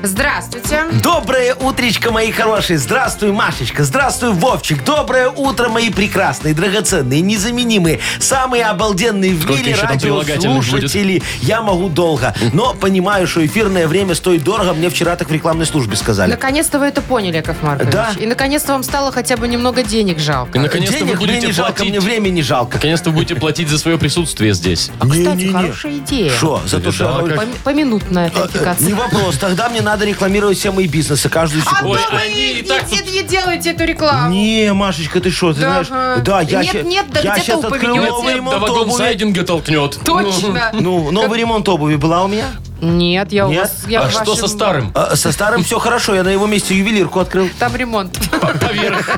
Здравствуйте. Доброе утречко, мои хорошие. Здравствуй, Машечка. Здравствуй, Вовчик. Доброе утро, мои прекрасные, драгоценные, незаменимые, самые обалденные в Сколько мире еще там прилагательных будет? радиослушатели. Я могу долго, но понимаю, что эфирное время стоит дорого. Мне вчера так в рекламной службе сказали. Наконец-то вы это поняли, Яков Маркович. Да. И наконец-то вам стало хотя бы немного денег И жалко. наконец-то вы Э, Денег мне будете не жалко, мне платить. времени жалко. Наконец-то вы будете платить за свое присутствие здесь. А, кстати, хорошая идея. Что? За то, что я Видала, говорю, как- Пом- Поминутная «Э, Не квалификация. вопрос. Тогда мне надо рекламировать все мои бизнесы каждую А секунду. Ой, то вы они не, и так не- тут- не делаете эту А, рекламу. Не, Машечка, ты что, ты Да, ага. знаешь? Да, я Нет, ща- нет, да я где-то щас открыл упомянете. новый До ремонт вагон обуви. сайдинга толкнет. хм. Точно. Ну, новый ремонт обуви была у меня. Нет, я у Нет? вас... Я А в что вашем- со старым? А, Со старым все хорошо, я на его месте ювелирку открыл. Там ремонт. Поверх.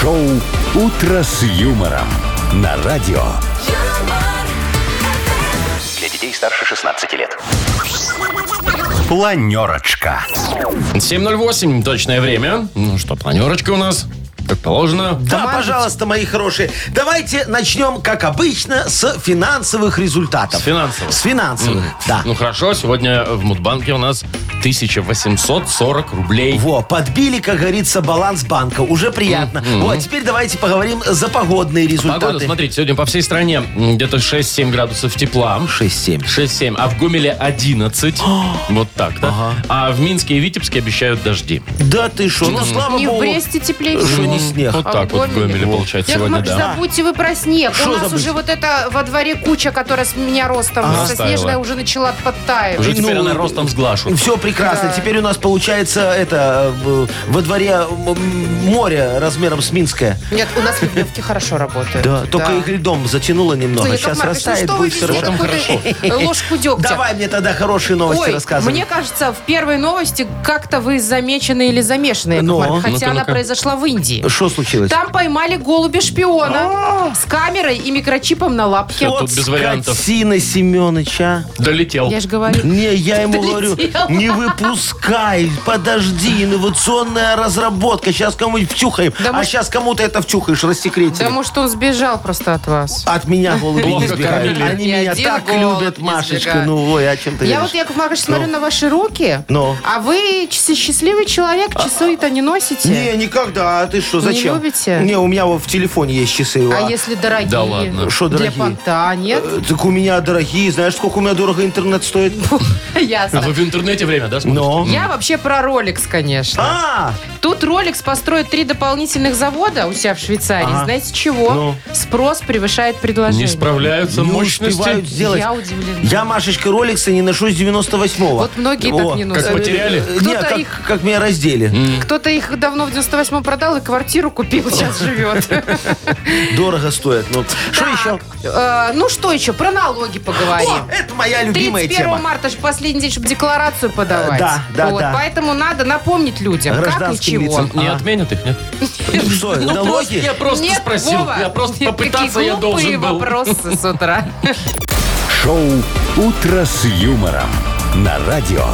Шоу «Утро с юмором» на радио. Для детей старше 16 лет. Планерочка. 7.08 точное время. Ну что, планерочка у нас, как положено. Да, пожалуйста, мои хорошие. Давайте начнем, как обычно, с финансовых результатов. С финансовых? С финансовых, да. Ну хорошо, сегодня в Мудбанке у нас 1840 рублей. Во, подбили, как говорится, баланс банка. Уже приятно. Вот, теперь давайте поговорим за погодные результаты. Погода, смотрите, сегодня по всей стране м, где-то 6-7 градусов тепла. 6-7. 6-7, а в Гумеле 11. вот так, да? А в Минске и Витебске обещают дожди. Да ты что, ну слава Не в богу. Бресте теплее Что всего. не снег. Вот А так в вот в Гомеле? Гомеле получается Яков сегодня, Маркович, да. забудьте вы про снег. Шо У нас забыть? уже вот эта во дворе куча, которая с меня ростом, Ага. со Растаяла. снежная, уже начала подтаивать. Уже теперь Ну, она ростом с глашу. Все прекрасно. Теперь у нас получается это э, во дворе м, море размером с Минское. Нет, у нас ливневки хорошо работают. Да, только их льдом затянуло немного. Слушай, Яков Сейчас Маркович, ну растает, что вы будет все везде равно. какую-то ложку дегтя? Давай мне тогда хорошие новости Ой, рассказывай. мне кажется, в первой новости как-то вы замечены или замешаны, Яков Ну? Маркович, хотя Ну-ка, она ну-ка. произошла в Индии. Что случилось? Там поймали А! голубя-шпиона с камерой и микрочипом на лапке. тут без вариантов. Сина Семеновича. Долетел. Я же говорю. Не, я ему Долетел. говорю, не выпускай, подожди, инновационная разработка. Сейчас кому-нибудь втюхаем, Да а может- сейчас кому-то это втюхаешь, рассекретили. Да может он сбежал просто от вас. От меня голуби Плохо не сбегают. кормили. Они Ни меня один так голубь любят, не Машечка. сбегает. Ну, ой, о чем ты Я вот, говоришь? Яков Маркович, смотрю на ваши руки, Ну. А. а вы ч- счастливый человек, часы-то не носите. Не, никогда. А ты что, зачем? любите? Не, у меня вот в телефоне есть часы. А если дорогие? Да ладно. Что, Для дорогие? понта, нет? Э, Так у меня дорогие, знаешь, сколько у меня дорого интернет стоит? А вы Ясно. в интернете время, да, смотрите? Но. Я вообще про Rolex, конечно. А, Тут Rolex построит три дополнительных завода у себя в Швейцарии. Ага. Знаете чего? Ну. Спрос превышает Не предложение. справляются не успевают мощности. сделать. Я удивлена. Я, Машечка, роликсы не ношу с 98-го. Вот многие так не носят. Как потеряли? Э, Кто-то Не, как, их- как меня раздели. Кто-то их давно в 98-м продал и квартиру купил, сейчас живет. Дорого стоит. Ну, что Так, еще? э, Ну что еще? Про налоги поговорим. О, это моя любимая 31 тема. марта же последний день, чтобы декларацию подавать. Э, да, да, Вот, да. Поэтому надо напомнить людям, как и Гражданским чего. лицам. Не А. отменят их, нет? Ну, Что, налоги? Я просто Ну, Нет, спросил. Вова, Я просто такие попытаться я глупые должен был. вопросы с утра. Шоу «Утро с юмором» на радио.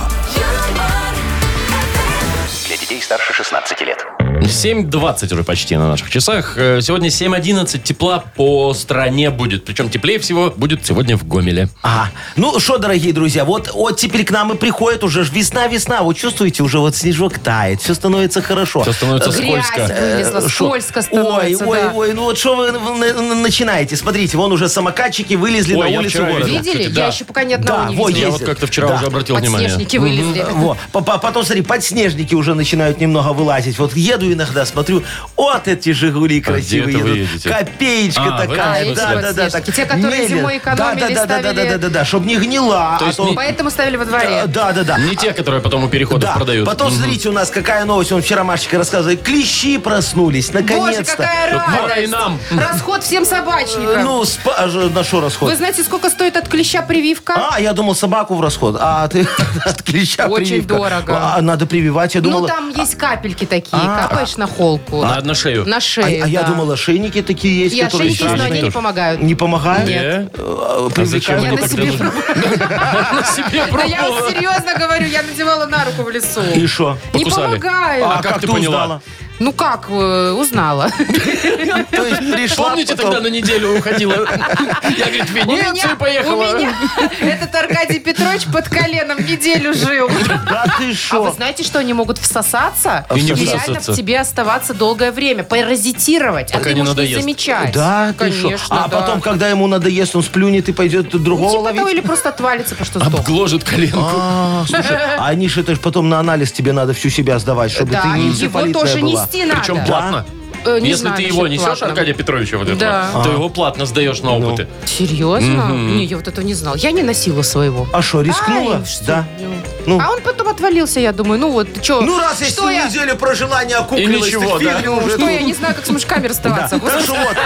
Для детей старше 16 лет. 7.20 уже почти на наших часах. Э, Сегодня 7.11 тепла по стране будет. Причем теплее всего будет сегодня в Гомеле. Ага. Ну что, дорогие друзья, вот, вот теперь к нам и приходит уже ж весна-весна. Вот чувствуете, уже вот снежок тает, все становится хорошо. Все становится Грязь скользко. вылезла, Ну, Э, шо? скользко становится. Ой, ой, да. ой, ну вот что вы на- на- начинаете? Смотрите, вон уже самокатчики вылезли Ой, я на улицу вчера города. видел. Видели? Кстати, да. Я еще пока ни одного Да, не вот Я видела. вот как-то вчера Да. уже обратил внимание. Подснежники вылезли. Во. По- по- Потом, смотри, подснежники уже начинают немного вылазить. Вот еду иногда, смотрю, вот эти «Жигули» красивые А где это вы едут. едете? Копеечка А, в этом такая. смысле. Да, да, да. Подснежники. так Те, которые мелят. зимой экономили, Да, да, да, да, да, ставили. да, да, да, чтобы не гнила. То а есть то- не- Поэтому ставили во Да, дворе. да, да. Не те, которые потом у переходов Да. продают. Потом, Мгм. смотрите, у нас какая новость. Он вчера Машечка рассказывает. Клещи проснулись, Боже, наконец-то. какая Вот и радость. нам. Расход всем Э, собачникам. Ну, спа- а же на что расход? Вы знаете, сколько стоит от клеща прививка? А, я думал, собаку в расход. А ты от клеща Очень прививка. дорого. А, надо прививать, я думала. Ну, там есть капельки такие. А, Капаешь на холку. На, на шею. На А, а шею, я да. думал, ошейники такие есть, И которые ошейники, но страшные. они не тоже. помогают. Не помогают? Э? Э, А зачем привлекают? Я они на так себе должны? На себе Да я вам пробовала. серьезно говорю, я надевала на руку в лесу. И что? Не Покусали. помогает. А как ты поняла? узнала? Ну как, э, узнала. То есть пришла Помните, потом- тогда на неделю уходила? Я, говорит, в Венецию у поехала. меня этот Аркадий Петрович под коленом неделю жил. Да ты А вы что? знаете, что они могут всосаться? И не реально всосаться. в тебе оставаться долгое время, паразитировать, а Пока ты не можешь не надоест. замечать. Да, ты шо? конечно. А да. потом, когда ему надоест, он сплюнет и пойдет Ну, другого типа того, ловить? или просто отвалится, потому что сдох. Обгложит коленку. А, слушай, а они же это ж потом на анализ тебе надо всю себя сдавать, чтобы ты Да, и не его энцефалитная тоже была. нести надо. Причем платно. Э, не Если знаю ты насчет его несешь, платного. Аркадия Петровича, вот Да. Ну, этого, то его платно сдаешь на опыты. Серьезно? Не, я вот этого не знал. Я не носила своего. А что, рискнула? Ай, что да. ты. Ну. А он потом отвалился, я думаю. Ну вот, что? Ну, раз я что всю я, неделю прожила, не окуклилась, И ничего, так фигня да. уже. что я не знаю, как с мужиками Да. расставаться. Так что вот.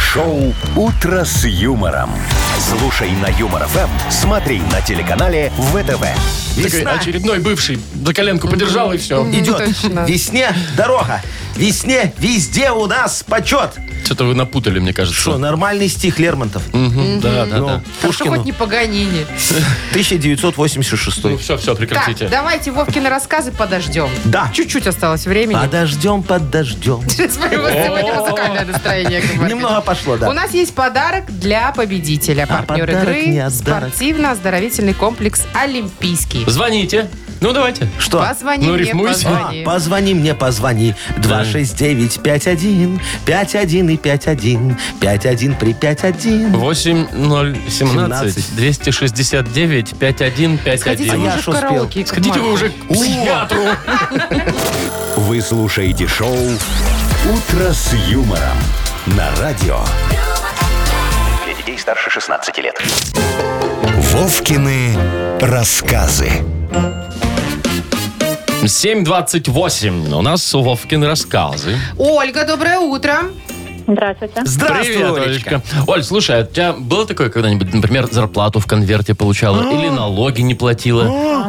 Шоу «Утро с юмором». Слушай на Юмор ФМ, смотри на телеканале ВТВ. Такой а Весна очередной бывший за коленку подержал и все. идет. Ну, точно. Весне дорога. Весне везде у нас почет. Что-то вы напутали, мне кажется. Что, нормальный стих Лермонтов. Мгм, Да, да, Ну, да. Хорошо, Пушкину. хоть не погонили. 1986. Ну все, все, Так, прекратите. давайте Вовкины рассказы подождем. Да. Чуть-чуть осталось времени. Подождем, подождем. Смотри, у вас сегодня музыкальное настроение. Яков Маркович. Немного пошло, У да. нас есть подарок для победителя. А, Партнер подарок не игры – отдарок. спортивно-оздоровительный комплекс «Олимпийский». Звоните. Ну, давайте. Что? Позвони Ну, мне, рифмуйся. А, позвони. позвони мне, позвони. 269-51, 51 и 51, 51 при 51. 8017 17. 269 Сходите А 5151. уже я в ж успел. караоке, Яков Сходите вы уже Маркович. к психиатру. Вы слушаете шоу «Утро с юмором» на радио. Для детей старше 16 лет. Вовкины рассказы. 7.28. У нас у Вовкин рассказы. Ольга, доброе утро. Здравствуйте. Здравствуй, Привет, Олечка. Олечка. Оль, слушай, а у тебя было такое когда-нибудь, например, зарплату в конверте получала или налоги не платила?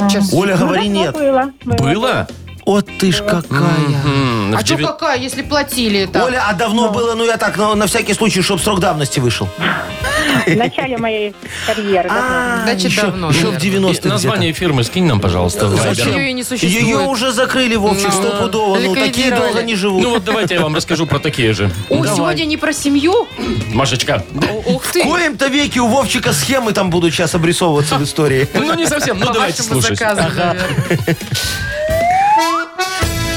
Сейчас. Оля, говори Ну, нет. Было. Было? О, ты ж какая. М, в А что девя- какая, если платили там? Оля, а давно было, ну я так, на, на всякий случай, чтобы срок давности вышел. В начале моей карьеры. да. Значит, еще, давно, Еще А, в наверное. И 90-х где-то. Название фирмы скинь нам, пожалуйста, Э, в Значит, Viber. ее и не существует. Ее уже закрыли, Вовчик, Ну, стопудово. Ну, такие ликвидировали. долго не Ну живут. вот давайте я вам расскажу про такие же. О, ну, сегодня не про семью? Машечка. О, Ух В ты. коем-то веке у Вовчика схемы там будут сейчас обрисовываться в истории. Ну не совсем, ну По давайте А вашему слушать. заказу, наверное.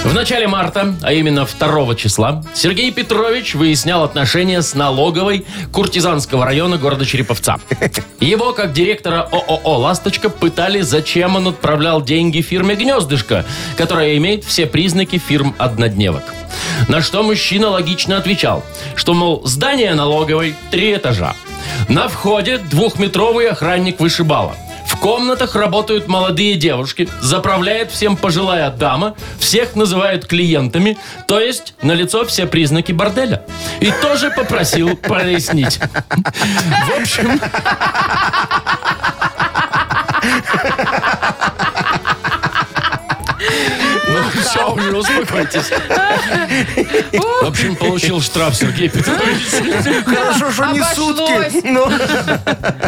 В начале марта, а именно 2 числа, Сергей Петрович выяснял отношения с налоговой Куртизанского района города Череповца. Его, как директора ООО «Ласточка», пытали, зачем он отправлял деньги фирме «Гнездышко», которая имеет все признаки фирм «Однодневок». На что мужчина логично отвечал, что, мол, здание налоговой три этажа. На входе двухметровый охранник вышибала. В комнатах работают молодые девушки, заправляет всем пожилая дама, всех называют клиентами, то есть на лицо все признаки борделя. И тоже попросил прояснить. В общем... Ну все, уже успокойтесь. В общем, получил штраф Сергей Петрович. Хорошо, что не Обошлось. сутки. Ну,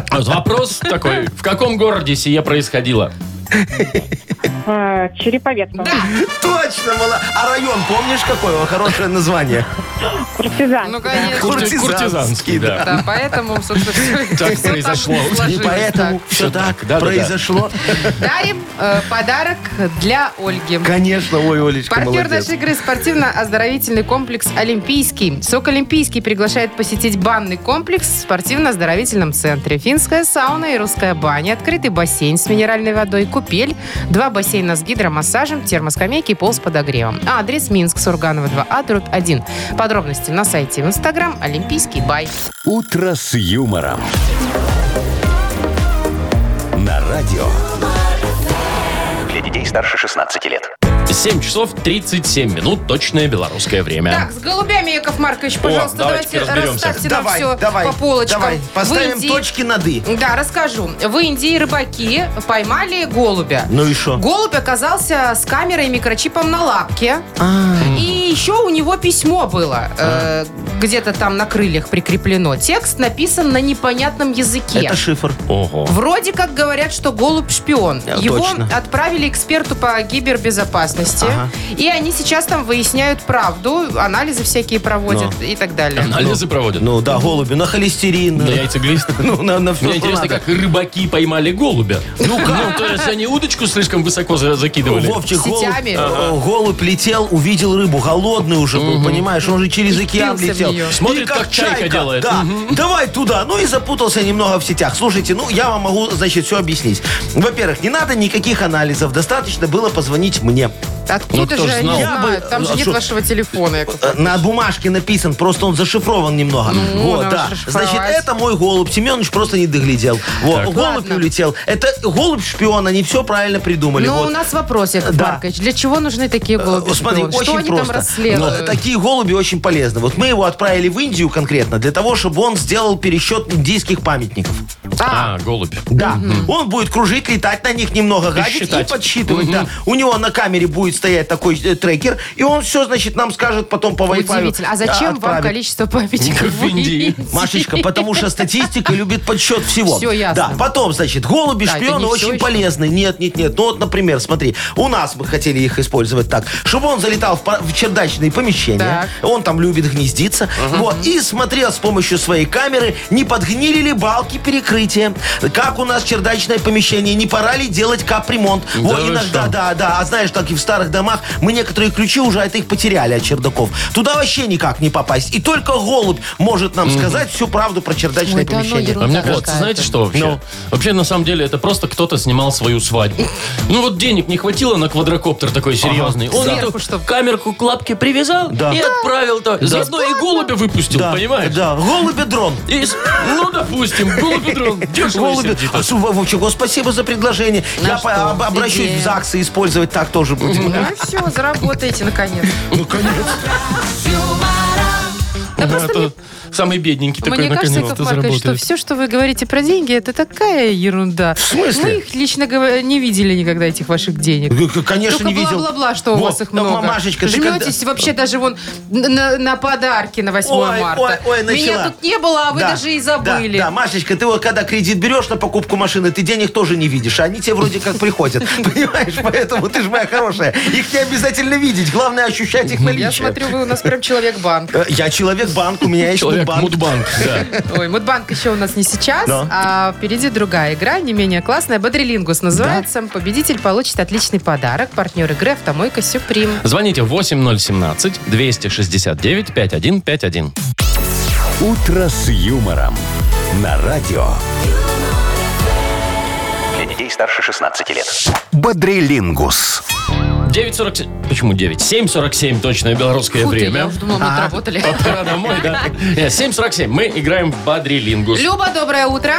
Вот Вопрос такой. В каком городе сие происходило? А, Череповецка. точно, мала. А район, помнишь, какое? Хорошее название. Партизан. Ну, конечно. Курти- Куртизанский, Куртизанский, да. Да, поэтому, собственно, все, Так произошло. И И поэтому все Всё так, так да-да-да. произошло. Дарим э, подарок для Ольги. Конечно, ой, Олечка, Партнер молодец. нашей игры спортивно-оздоровительный комплекс «Олимпийский». СОК «Олимпийский» приглашает посетить банный комплекс в спортивно-оздоровительном центре. Финская сауна и русская баня, открытый бассейн с минеральной водой, купель, два бассейна с гидромассажем, термоскамейки и пол с подогревом. А Адрес Минск, Сурганова 2А, труд 1. Подробности на сайте в Инстаграм «Олимпийский бай». «Утро с юмором». На радио. Для детей старше 16 лет. 7 часов 37 минут, точное белорусское время. Так, с голубями, Яков Маркович, пожалуйста, давайте давайте, разберемся. расставьте нам Давай, все давай, по полочкам. давай. Поставим В Индии- точки над «и». Да, расскажу. В Индии рыбаки поймали голубя. Ну и что? Голубь оказался с камерой и микрочипом на лапке. А, И еще у него письмо было. э, где-то там на крыльях прикреплено. Текст написан на непонятном языке. Это шифр. Ого. Вроде как говорят, что голубь шпион. Э, Его точно. отправили эксперту по гибербезопасности. Ага. И они сейчас там выясняют правду, анализы всякие проводят и так далее. Анализы проводят. Ну да, голуби на холестерин. На яйцеглист. Ну, на, на все, Мне интересно, как рыбаки поймали голубя. Ну, то есть они удочку слишком высоко за- закидывали. Вовчик, Сетями? голубь, э, голубь летел, увидел рыбу, голодный уже был, понимаешь, он же через океан впился в летел. нее. Смотрит, И как чайка делает. Да, давай туда. Ну и запутался немного в сетях. Слушайте, ну я вам могу, значит, все объяснить. Во-первых, не надо никаких анализов, достаточно было позвонить мне. Ну, Откуда кто же ж они знал? Я бы- знают? Там же а нет что? вашего телефона. Яков Э, Маркович. На бумажке написан, просто он зашифрован немного. Ну, вот, надо да. расшифровать. Значит, это мой голубь. Семенович просто не доглядел. Вот, голубь Ладно. Ну, улетел. Это голубь шпион, они все правильно придумали. Но вот. у нас вопрос, Яков Да. Маркович. Для чего нужны такие голуби? Э, Смотри, шпионы? очень Что они просто. там расследуют? Но такие голуби очень полезны. Вот мы его отправили в Индию конкретно для того, чтобы он сделал пересчет индийских памятников. А, голубь. Да. Он будет кружить, летать на них немного, гадить и, считать. подсчитывать. Да. У него на камере будет стоять такой э, трекер, и он все, значит, нам скажет потом по Wi-Fi. Удивительно. А зачем вам отправит. количество памятников В Индии. Машечка, потому что статистика любит подсчет всего. Всё ясно. Да, потом, значит, голуби, Да, это не шпионы всё очень ещё. полезны. Нет, нет, нет. Ну вот, например, смотри, у нас мы хотели их использовать так, чтобы он залетал в, пар- в чердачные помещения, он там любит гнездиться, вот, и смотрел с помощью своей камеры, не подгнили ли балки перекрытия, как у нас чердачное помещение, не пора ли делать капремонт. вот, вы иногда, что? да, да, а знаешь, так и в старых домах мы некоторые ключи уже от их потеряли, от чердаков. Туда вообще никак не попасть. И только голубь может нам сказать всю правду про чердачное Ой, да ну помещение. ерунда. А мне Вот. кажется, знаете что вообще? Ну. Вообще, на самом деле, это просто кто-то снимал свою свадьбу. Ну вот денег не хватило на квадрокоптер такой серьезный. Он Сверху, эту чтоб- камерку к лапке привязал Да. и отправил. то Заодно и голубя выпустил, да, понимаешь? Да, голубь и дрон. И с- ну, допустим, голубь дрон. Дешево и Голуби. сердито. А, Су- Вовчик, о, спасибо за предложение. На Я по- что? об- обращусь Идея. в ЗАГС и использовать так тоже будем. Ну все, заработаете наконец. Да, это Самый бедненький такой, Мне кажется, наконец-то Яков Маркович, что заработает. все, что вы говорите про деньги, это такая ерунда. В смысле? Мы их лично говоря, не видели никогда, этих ваших денег. К- Конечно, Только не видел. бла-бла-бла, что у Во, вас их да, много. Мамашечка, ты когда- Жметесь вообще даже вон на- на, на подарки на 8 Ой, марта. ой, ой, начала. Меня тут не было, а вы Да, даже и забыли. Да, да, Машечка, ты вот когда кредит берешь на покупку машины, ты денег тоже не видишь, а они тебе вроде как приходят. Понимаешь? Поэтому ты же моя хорошая. Их не обязательно видеть, главное ощущать их Я наличие. смотрю, вы у нас прям человек-банк. Э, Я человек-банк, у меня есть Человек банк. Мудбанк, да. Ой, Мудбанк еще у нас не сейчас, Да. а впереди другая игра, не менее классная. Бодрилингус называется. Победитель получит отличный подарок. Партнер игры «Автомойка Сюприм». Звоните 8017-269-5151. «Утро с юмором» на радио. Для детей старше 16 лет. Бодрилингус. 9.47. Почему 9? 7.47 точное белорусское Фу ты, время. Я уже думала, мы отработали. Пора домой, да? Нет, 7.47. Мы играем в Бадрилингус. Люба, доброе утро.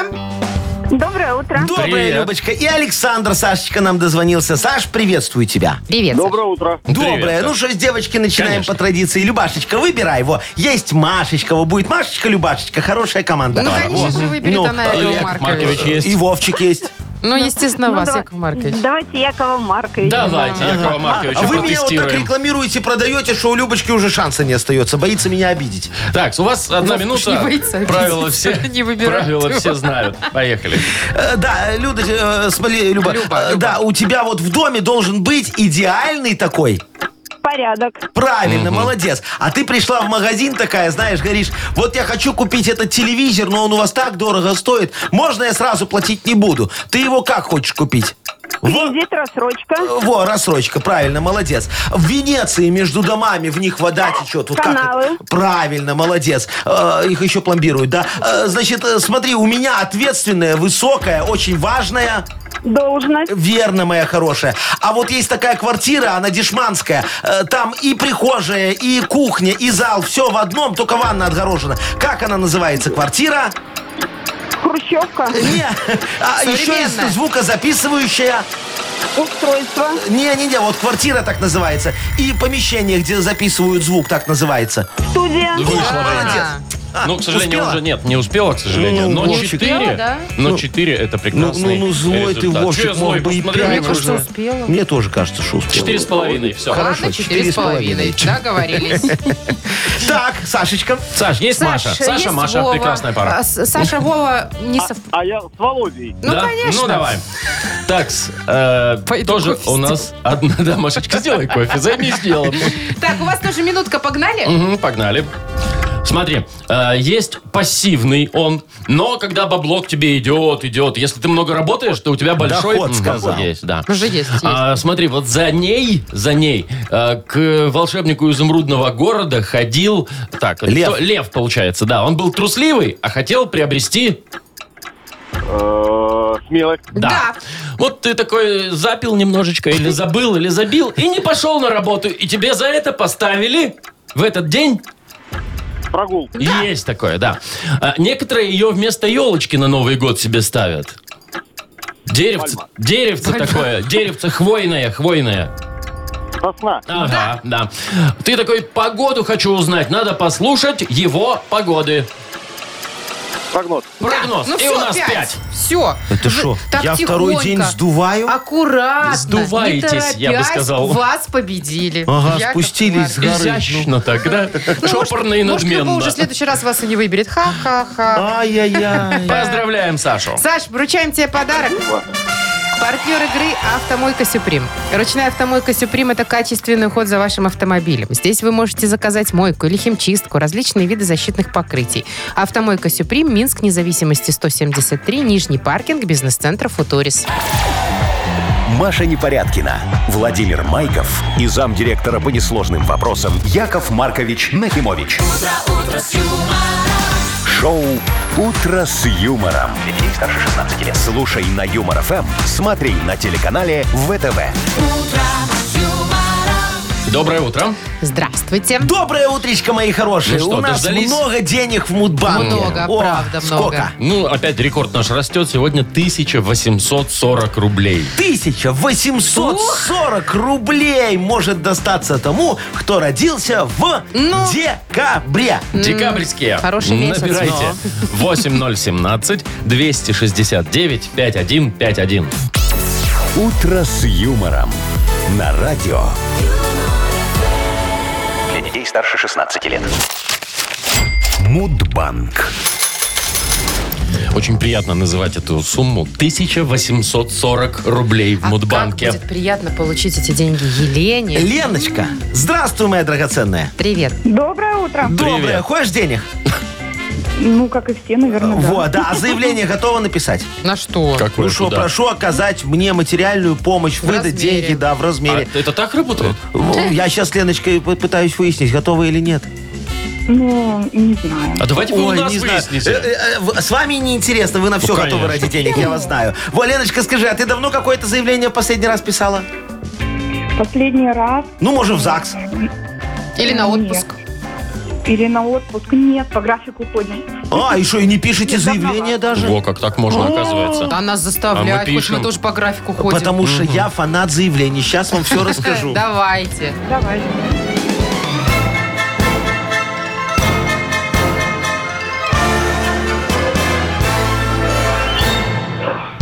Доброе утро. Доброе, Привет. Любочка. И Александр, Сашечка, нам дозвонился. Саш, приветствую тебя. Привет. Саш. Доброе утро. Привет, Доброе. Саш. ну что ж, девочки, начинаем Конечно. по традиции. Любашечка, выбирай его. Есть Машечка, вот будет Машечка, Любашечка. Хорошая команда. Ну, конечно же, выберет Ну, она И Якова Яков Маркович Маркович. есть. И Вовчик есть. Ну, естественно, Ну, вас, давай- Яков Маркович. Давайте Якова Марковича. Давайте, Якова Марковича, А вы меня вот так протестируем. рекламируете, продаете, что у Любочки уже шанса не остается. Боится меня обидеть. Так, у вас одна Вовка ж не минута. боится обидеться, Правила все, не выбирает правила его. все знают. Поехали. Э, Да, Люда, э, смотри, Люба, Люба, э, да, у тебя вот в доме должен быть идеальный такой. Порядок. Правильно, молодец. А ты пришла в магазин такая, знаешь, говоришь, вот я хочу купить этот телевизор, но он у вас так дорого стоит, можно я сразу платить не буду. Ты его как хочешь купить? Во, Кредит, рассрочка. во, рассрочка, правильно, молодец. В Венеции между домами в них вода течет. Вот как это? Каналы. Правильно, молодец. Э, их еще пломбируют, да? Э, значит, э, смотри, у меня ответственная, высокая, очень важная... Должность. Верно, моя хорошая. А вот есть такая квартира, она дешманская. Э, Там и прихожая, и кухня, и зал. Все в одном, только ванна отгорожена. Как она называется? Квартира? Хрущевка. Не. А еще есть Современная. звукозаписывающая. Устройство. Не-не-не, вот квартира так называется. И помещение, где записывают звук, так называется. Студия. Вышло время. А, А, Ну, к сожалению, Ну, успела? уже нет, не успела, к сожалению. Ну, но Вовчик. 4, Успела, да? но Ну, 4 это прекрасный ну, ну, злой ты, результат. Вовчик, Чё я мог злой? бы и Посмотри, пять мне что нужно. успела? Мне тоже кажется, что успела. Четыре с половиной, все. Хорошо, Ладно, четыре четыре с с половиной. половиной. Договорились. Так, Сашечка. Саш, есть Маша? Саша, есть Маша, Вова. прекрасная пара. А, С- Саша, Вова не сов... А я с Володей. Ну, Да? конечно. Ну, давай. Так, э, Пойду тоже кофе у нас одна... Да, Машечка, сделай кофе, займись делом. Так, у вас тоже минутка, погнали? Мгм, Погнали. Смотри, э, есть пассивный он, но когда бабло к тебе идет, идет, если ты много работаешь, то у тебя большой... Доход м, сказал. есть, да. Уже есть, есть. А, смотри, вот за ней, за ней, э, к волшебнику изумрудного города ходил... Так, Лев. кто- лев, получается, да. Он был трусливый, а хотел приобрести... Э, Смелый. Да. Вот ты такой запил немножечко, или забыл, или забил, и не пошел на работу. И тебе за это поставили в этот день Прогул. Есть такое, да. А, некоторые ее вместо елочки на Новый год себе ставят. Деревце, Пальма. деревце такое, деревце хвойное, хвойное. Сосна. Ага, да. Ты такой, погоду хочу узнать, надо послушать его погоды. Прогноз. ну Прогноз. И у нас пять. Все. Это что? Я второй день сдуваю? А Аккуратно. Сдуваетесь, не я бы торопясь, сказал. Вас победили. Ага, Яков спустились с Маркович. горы. Изящно так, да? Ну, может, Чопорно и Может, Люба надменно. уже в следующий раз вас и не выберет. Ха-ха-ха. Ай-яй-яй. Поздравляем Сашу. Саш, вручаем тебе подарок. Партнер игры «Автомойка Сюприм». Ручная «Автомойка Сюприм» — это качественный уход за вашим автомобилем. Здесь вы можете заказать мойку или химчистку, различные виды защитных покрытий. «Автомойка Сюприм», Минск, независимости 173, Нижний паркинг, бизнес-центр «Футурис». Маша Непорядкина, Владимир Майков и замдиректора по несложным вопросам Яков Маркович Нахимович. Шоу Утро с юмором. Детей старше 16 лет. Слушай на юмор ФМ, смотри на телеканале ВТВ. Доброе утро. Здравствуйте. Доброе утречко, мои хорошие. Ну что, У нас дождались? много денег в Мудбанке. Много, правда, сколько? много. Ну, опять рекорд наш растет. Сегодня 1840 рублей. 1840 рублей может достаться тому, кто родился в Ну. декабре. Декабрьские. Хороший месяц, Набирайте. 8017 269 5151. Утро с юмором. На радио. Для детей старше 16 лет. Мудбанк. Очень приятно называть эту сумму 1840 рублей в А Мудбанке. как будет приятно получить эти деньги Елене. Леночка, здравствуй, моя драгоценная. Привет. Доброе утро. Доброе, хочешь денег? Ну, как и все, наверное, да. Вот, да. А заявление готово написать? На что? Какой Ну что, куда? прошу оказать мне материальную помощь, выдать размере. деньги, да, в А размере. это так работает? Ну, Я сейчас, Леночка, п- пытаюсь выяснить, готовы или нет. Ну, не знаю. А давайте вы у Ой, нас не знаю. выясните. Э, э, э, в- С вами неинтересно, вы на все Ну, готовы конечно. ради денег, я вас знаю. Во, Леночка, скажи, а ты давно какое-то заявление в последний раз писала? Последний раз Ну, может, в ЗАГС. Или на отпуск? или на отпуск? Нет, по графику поднят. А, и что, и не пишете Нет, заявление даже? Во, как так можно, оказывается. Да нас заставляют, А мы хоть пишем. мы тоже по графику ходим. Потому что я фанат заявлений. Сейчас вам все расскажу. Давайте. Давай.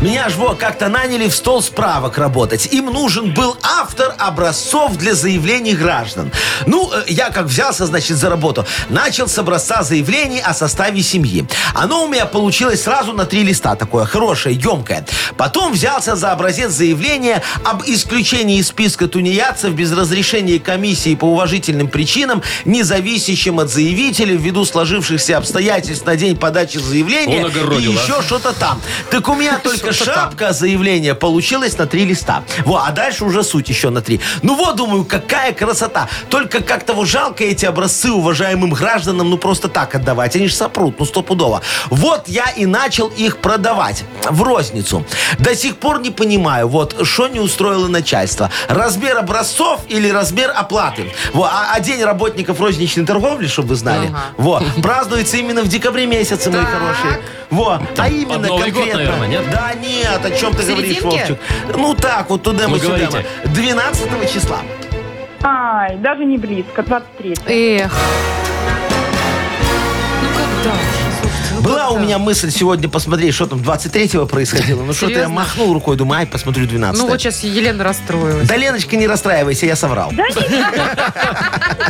Меня ж во как-то наняли в стол справок работать. Им нужен был автор образцов для заявлений граждан. Ну, э, я как взялся, значит, за работу. Начал с образца заявлений о составе семьи. Оно у меня получилось сразу на три листа такое, хорошее, емкое. Потом взялся за образец заявления об исключении из списка тунеядцев без разрешения комиссии по уважительным причинам, не зависящим от заявителя ввиду сложившихся обстоятельств на день подачи заявления. Он огородил, и а? еще еще что-то там. Так у меня только шапка заявления получилась на три листа. Во, а дальше уже суть еще на три. Ну вот, думаю, какая красота. Только как-то вот жалко эти образцы уважаемым гражданам ну просто так отдавать. Они же сопрут, ну стопудово. Вот я и начал их продавать в розницу. До сих пор не понимаю, вот, что не устроило начальство. Размер образцов или размер оплаты. Во, а, а день работников розничной торговли, чтобы вы знали, Ага. вот, празднуется именно в декабре месяце, мои Так. хорошие. Во, а именно Под Новый год, конкретно. наверное, нет? Да, Нет, о чем ты В говоришь, серединке? Вовчик? Ну так, вот туда Ну, мы сюда. говорите. мы. 12 числа. Ну Ай, даже не близко, 23 Эх. Ну когда? Слушайте, ну Была у когда? меня мысль сегодня посмотреть, что там 23-го происходило. Ну что-то я Серьезно? махнул рукой, думаю, ай, посмотрю 12 Ну вот сейчас Елена расстроилась. Да, Леночка, не расстраивайся, я соврал. Да нет.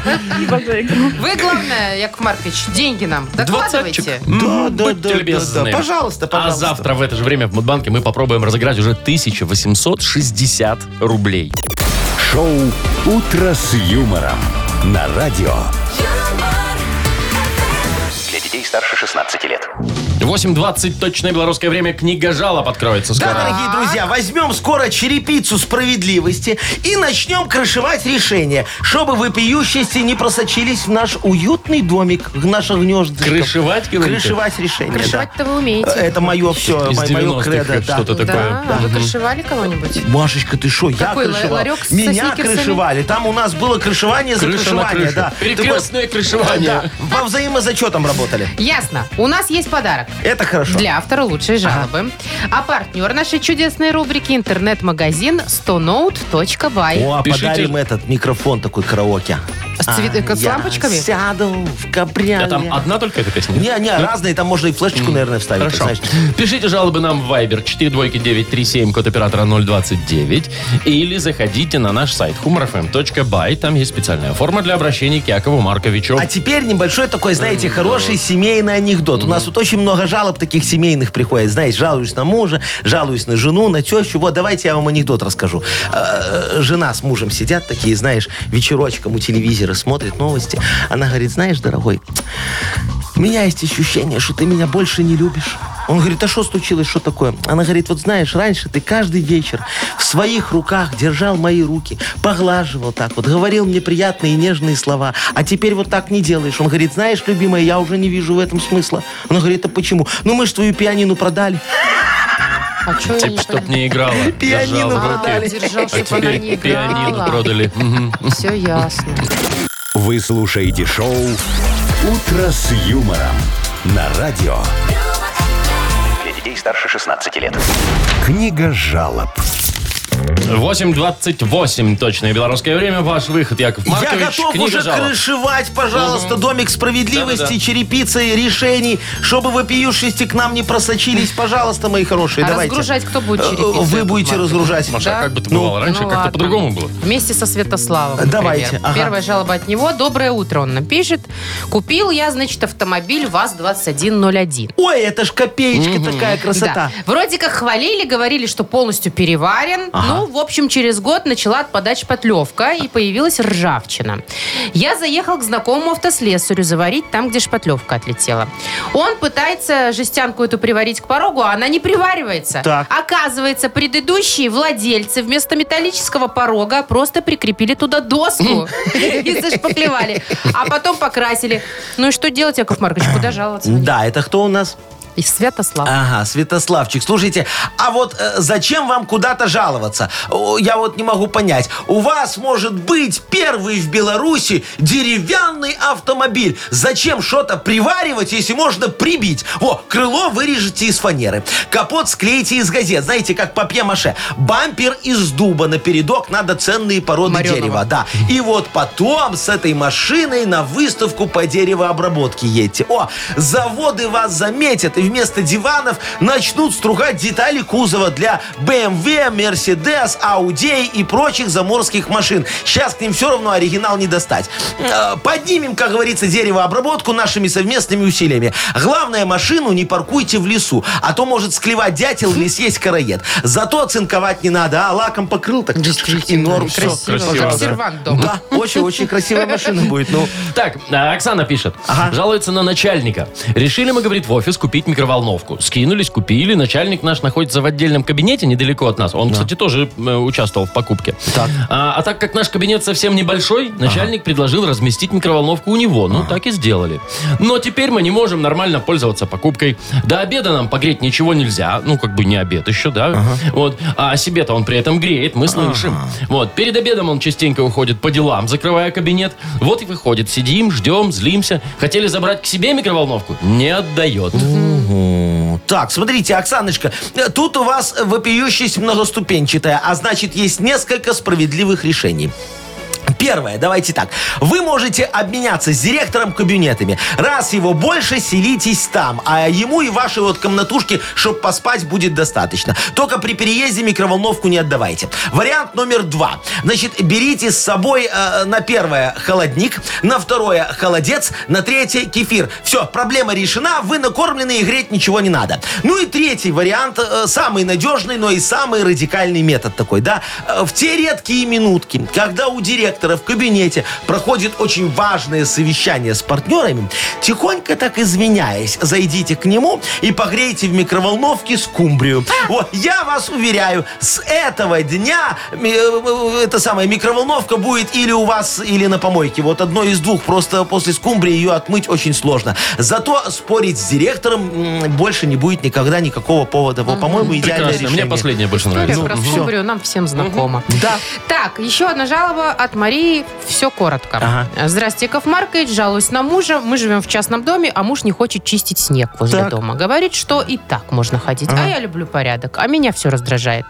Спасибо за игру. Вы, главное, Яков Маркович, деньги нам докладывайте. Двадцатчик. Да, М, будьте любезны. Пожалуйста, А пожалуйста. завтра в это же время в Мудбанке мы попробуем разыграть уже 1860 рублей. Шоу «Утро с юмором» на радио. юмор, Для детей старше 16 лет. 8.20 точное белорусское время. Книга жалоб откроется Да, скоро. дорогие друзья, возьмем скоро черепицу справедливости и начнем крышевать решения, чтобы вопиющести не просочились в наш уютный домик, в наше гнездышко. Крышевать, говорите? Крышевать решение, да. Крышевать-то вы умеете. Э, Это мое все, Из мое 90-х кредо. как что-то да. такое. Да, а вы крышевали кого-нибудь? Машечка, ты что, я Какой ла- крышевал. ларек с Меня сосникерсами? крышевали. Там у нас было крышевание за Крыша на крышевание. крышу. Да. Перекрестное крышевание. Да, во взаимозачетом работали. Ясно. У нас есть подарок. Это хорошо. Для автора лучшей жалобы. А партнер нашей чудесной рубрики интернет-магазин 100note.by. О, а Пишите. подарим этот микрофон такой караоке. С цве- э, А с я лампочками? сяду в кабриоле. А там одна только эта песня? Не, не, разные, там можно и флешечку, наверное, вставить. Хорошо. знаешь. Пишите жалобы нам в Viber 42937, код оператора 029. Или заходите на наш сайт humorfm.by. Там есть специальная форма для обращения к Якову Марковичу. А теперь небольшой такой, знаете, хороший семейный анекдот. У нас тут очень много жалоб таких семейных приходит. Знаете, жалуюсь на мужа, жалуюсь на жену, на тещу. Вот, давайте я вам анекдот расскажу. Э, э, Жена с мужем сидят такие, знаешь, вечерочком у телевизора смотрят новости. Она говорит, знаешь, дорогой, у меня есть ощущение, что ты меня больше не любишь. Он говорит, а что случилось, что такое? Она говорит, вот знаешь, раньше ты каждый вечер в своих руках держал мои руки, поглаживал так вот, говорил мне приятные и нежные слова, а теперь вот так не делаешь. Он говорит, знаешь, любимая, я уже не вижу в этом смысла. Она говорит, а почему? Ну мы же твою пианину продали. А что я не Типа, чтоб не играла. Пианино Держала в руке. продали. Держал, А чтобы она не теперь пианино играла. продали. Мгм. Все ясно. Вы слушаете шоу «Утро с юмором» на радио. Для детей старше 16 лет. Книга жалоб. 8.28 точное белорусское время. Ваш выход, Яков Маркович. я готов Книга уже жалоб. крышевать, пожалуйста, домик справедливости, Да-да-да. черепицы и решений, чтобы вопиющести к нам не просочились. Пожалуйста, мои хорошие, А давайте. разгружать кто будет Э, черепицу? Вы будете разгружать. Маша, а Да? как бы то бывало раньше, Ну как-то ладно. по-другому было. Вместе со Святославом. например. Э, Давайте, ага. Первая жалоба от него. Доброе утро, он нам пишет. Купил я, значит, автомобиль ВАЗ-2101. Ой, это ж копеечки такая красота. Да. Вроде как хвалили, говорили, что полностью переварен. Ну, в общем, через год начала отпадать шпатлевка и появилась ржавчина. Я заехал к знакомому автослесарю заварить там, где шпатлевка отлетела. Он пытается жестянку эту приварить к порогу, а она не приваривается. Так. Оказывается, предыдущие владельцы вместо металлического порога просто прикрепили туда доску и зашпаклевали. А потом покрасили. Ну и что делать, Яков Маркович? Куда жаловаться? Да, это кто у нас? И Святослав. Ага, Святославчик. Слушайте, а вот э, зачем вам куда-то жаловаться? О, Я вот не могу понять. У вас может быть первый в Беларуси деревянный автомобиль. Зачем что-то приваривать, если можно прибить? Во, крыло вырежете из фанеры, капот склеите из газет, знаете, как папье-маше. Бампер из дуба, напередок надо ценные породы Мореного. дерева. Да. И вот потом с этой машиной на выставку по деревообработке едьте. О, заводы вас заметят и вместо диванов начнут стругать детали кузова для эм BMW, Mercedes, Audi и прочих заморских машин. Сейчас к ним все равно оригинал не достать. Э, Поднимем, как говорится, деревообработку нашими совместными усилиями. Главное, машину не паркуйте в лесу, а то может склевать дятел или съесть короед. Зато цинковать не надо, а лаком покрыл так и норм. Всё. красиво. красиво, Как да. сервант дома. Да, очень-очень красивая машина будет. Ну, Так, а, Оксана пишет. Ага. Жалуется на начальника. Решили мы, говорит, в офис купить микроволновку. Скинулись, купили. Начальник наш находится в отдельном кабинете недалеко от нас. Он, кстати, тоже э, участвовал в покупке. Так. А, а так как наш кабинет совсем небольшой, начальник предложил разместить микроволновку у него. Ну, так и сделали. Ну, Но теперь мы не можем нормально пользоваться покупкой. До обеда нам погреть ничего нельзя. Ну, как бы не обед еще, да? Вот. А себе-то он при этом греет, мы слышим. Вот. Перед обедом он частенько уходит по делам, закрывая кабинет. Вот и выходит. Сидим, ждем, злимся. Хотели забрать к себе микроволновку? Не отдает. Мгм. Так, смотрите, Оксаночка, э, тут у вас вопиющесть многоступенчатая, а значит, есть несколько справедливых решений. Первое, давайте так. Вы можете обменяться с директором кабинетами. Раз его больше, селитесь там. А ему и вашей вот комнатушки, чтобы поспать, будет достаточно. Только при переезде микроволновку не отдавайте. Вариант номер два. Значит, берите с собой э, на первое холодник, на второе холодец, на третье кефир. Все, проблема решена, вы накормлены и греть ничего не надо. Ну и третий вариант, э, самый надежный, но и самый радикальный метод такой, да. Э, В те редкие минутки, когда у директора в кабинете проходит очень важное совещание с партнерами, тихонько так извиняясь, зайдите к нему и погрейте в микроволновке скумбрию. Вот, я вас уверяю, с этого дня э, э, это самая микроволновка будет или у вас, или на помойке. Вот одно из двух. Просто после скумбрии ее отмыть очень сложно. Зато спорить с директором м, больше не будет никогда никакого повода. Вот, по-моему, идеальное Прекрасно. Мне решение. последнее больше История нравится. Ну, про всё. скумбрию нам всем знакома. Да. Так, еще одна жалоба от Марии. Все коротко. Ага. Здравствуйте, Яков Маркович. Жалуюсь на мужа. Мы живем в частном доме, а муж не хочет чистить снег возле Так. дома. Говорит, что и так можно ходить. А я люблю порядок, а меня все раздражает.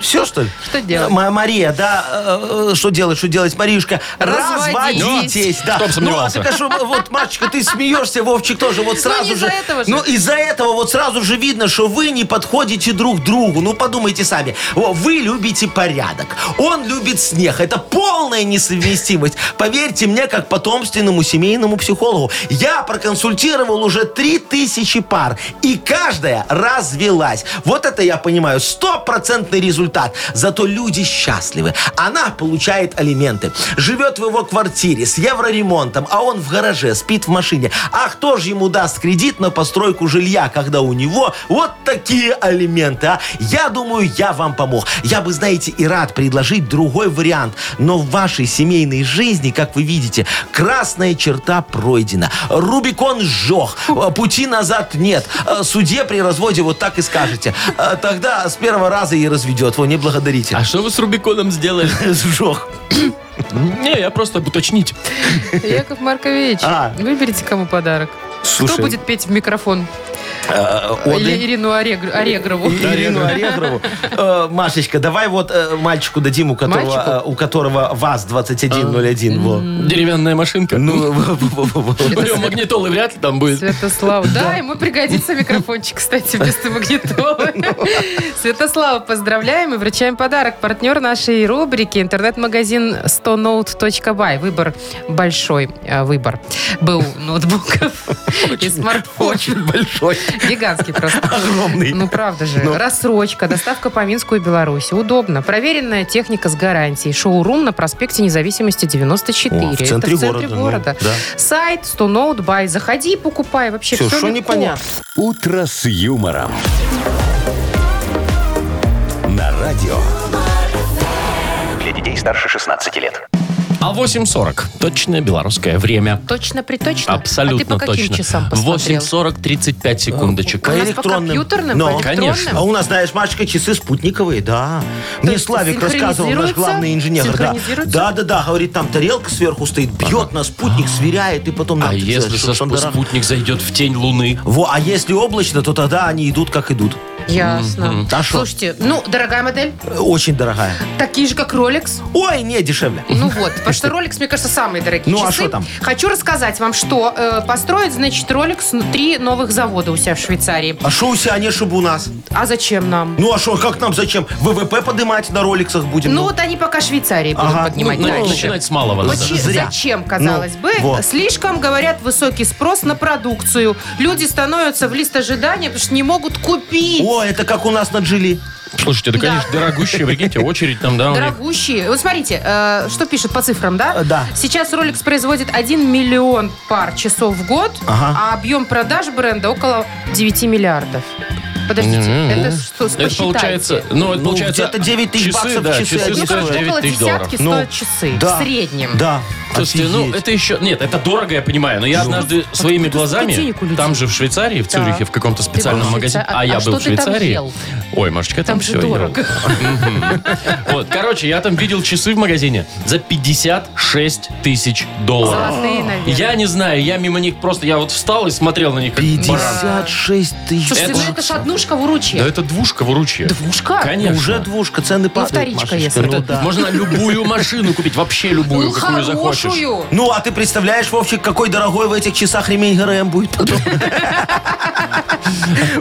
Все, что ли? Что делать? Ма- Мария, да, э, э, что делать, что делать, Мариюшка? Разводитесь. Разводитесь, да. Кто б сомневался. Ну, а так а что, вот, Машечка, ты смеешься, Вовчик тоже, вот сразу из-за же... этого же. Ну, из-за этого вот сразу же видно, что вы не подходите друг другу. Ну, подумайте сами. Во, Вы любите порядок, он любит снег. Это полная несовместимость. Поверьте мне, как потомственному семейному психологу. Я проконсультировал уже 3000 пар, и каждая развелась. Вот это я понимаю, стопроцентный результат. Зато люди счастливы. Она получает алименты, живет в его квартире с евроремонтом, а он в гараже, спит в машине. А кто же ему даст кредит на постройку жилья, когда у него вот такие алименты, а? Я думаю, я вам помог. Я бы, знаете, и рад предложить другой вариант. Но в вашей семейной жизни, как вы видите, красная черта пройдена. Рубикон сжег. Э, Пути назад нет. Э, Суде при разводе вот так и скажете. Э, Тогда с первого раза и разведет. Вы не благодарите. А что вы с Рубиконом сделали? Сжег. Не, я просто уточнить. Яков Маркович, А. выберите кому подарок. Кто Слушай. будет петь в микрофон? А, Или Оды. Ирину Орегр- Орегрову. Ирину Орехову. Э, Машечка, давай вот э, мальчику дадим, у Мальчику? которого, э, у которого ВАЗ-2101. во. Деревянная машинка. Ну, во-во-во-во. У него магнитолы вряд ли там будет. Святослава. Да, ему пригодится микрофончик, кстати, вместо магнитолы. Ну. Святослава, поздравляем и вручаем подарок. Партнер нашей рубрики интернет-магазин 100note.by. Выбор большой, э, выбор был ноутбуков и смартфонов. очень большой, Гигантский просто. огромный. Ну, правда же. Ну. Рассрочка, доставка по Минску и Беларуси. Удобно. Проверенная техника с гарантией. Шоурум на проспекте независимости 94. О, в Это центре в центре города, ну, города. да. Сайт 100 ноут бай. Заходи и покупай. Вообще Всё, все, что легко. непонятно. «Утро с юмором». На радио. Для детей старше 16 лет. А 8.40. Точное белорусское время. Точно, приточно. Абсолютно а ты по каким точно. часам посмотрел? 8.40, 35 секундочек. У нас по электронным. компьютерным, Но, по электронным? конечно. А у нас, знаешь, Машечка, часы спутниковые, да. Мне есть Славик рассказывал, наш синхронизируется? главный инженер. Да. Синхронизируется? да, да, да, говорит, там тарелка сверху стоит, бьет на спутник, сверяет, и потом... А нам ты если делаешь, чтоб со он дорог- спутник зайдет в тень луны? Ну, Во, а если облачно, то тогда они идут, как идут. Ясно. А шо? Слушайте, ну, дорогая модель, Э, Очень дорогая. такие же, как Rolex, Ой, не, дешевле. Ну вот, потому что Rolex, мне кажется, самые дорогие Ну, а часы. что там? Хочу рассказать вам, что э, построит, значит, Rolex три новых завода у себя в Швейцарии. А шо у себя, не чтобы у нас? А зачем нам? Ну а что, как нам, зачем? ВВП поднимать на роликсах будем? Ну вот они пока Швейцарии будут Ага. поднимать Ну, дальше. начинать с малого Почи- надо. Зря. Зачем, казалось Ну, бы, вот. слишком, говорят, высокий спрос на продукцию. Люди становятся в лист ожидания, потому что не могут купить. О, это как у нас на Джили. Слушайте, это, Да. конечно, дорогущие, прикиньте, очередь там, да, у них. Дорогущие. Вот смотрите, э, что пишут по цифрам, да? Э, да. Сейчас Rolex производит 1 миллион пар часов в год, Ага. а объем продаж бренда около 9 миллиардов. Подождите, это что, Это посчитайте. получается, ну, это Ну, получается... где-то 9 тысяч часы, баксов да, часы часы один Ну, стоят короче, 9 около тысяч долларов. десятки стоят часы Ну, да. в среднем. Да. Слушайте, ну Офигеть. это еще... Нет, это дорого, я понимаю, но я однажды своими откуда столько глазами, денег у людей? там же в Швейцарии, в Цюрихе, в каком-то специальном была в магазине, Швейцарии? а А я что был в ты там Швейцарии... ел? Ой, Машечка, я там Там же все ел. дорого. Вот, короче, я там видел часы в магазине за 56 тысяч долларов. Золотые, наверное. А. Я не знаю, я мимо них просто, я вот встал и смотрел на них как баран. 56 тысяч. Слушайте, это ну же- это ж однушка в уручье. Да это двушка в ручье. Двушка? Конечно. Уже двушка, цены падают, вторичка, Машечка, если ну это- да. Можно любую машину купить, вообще любую, Ну, какую захочешь. хорошую. Ну, а ты представляешь, Вовчик, какой дорогой в этих часах ремень ГРМ будет?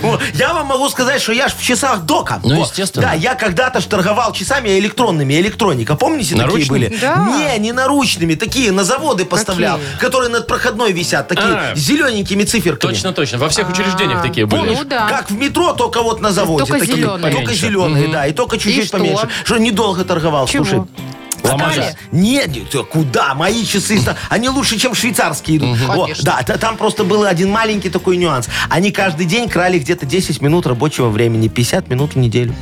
Вот, Я вам могу сказать, что я ж в часах Дока. Ну, Вот. естественно. Да, я когда-то ж торговал часами электронными, электроника. Помните, такие Наручными? были? Да. Не, не наручными, такие на заводы поставлял, которые над проходной висят, такие А. с зелененькими циферками. Точно, точно. Во А, всех учреждениях такие были. Ну да. Как в метро, только вот на заводе. Только такие. зеленые. Только Поменьше. зеленые, да. И только чуть-чуть что? поменьше. Что недолго торговал, Чего? слушай. Ломали? Отдали? Нет, нет, ты куда? Мои часы, ста- они лучше, чем швейцарские идут. Во, Конечно. да, та- там просто был один маленький такой нюанс. Они каждый день крали где-то 10 минут рабочего времени, 50 минут в неделю.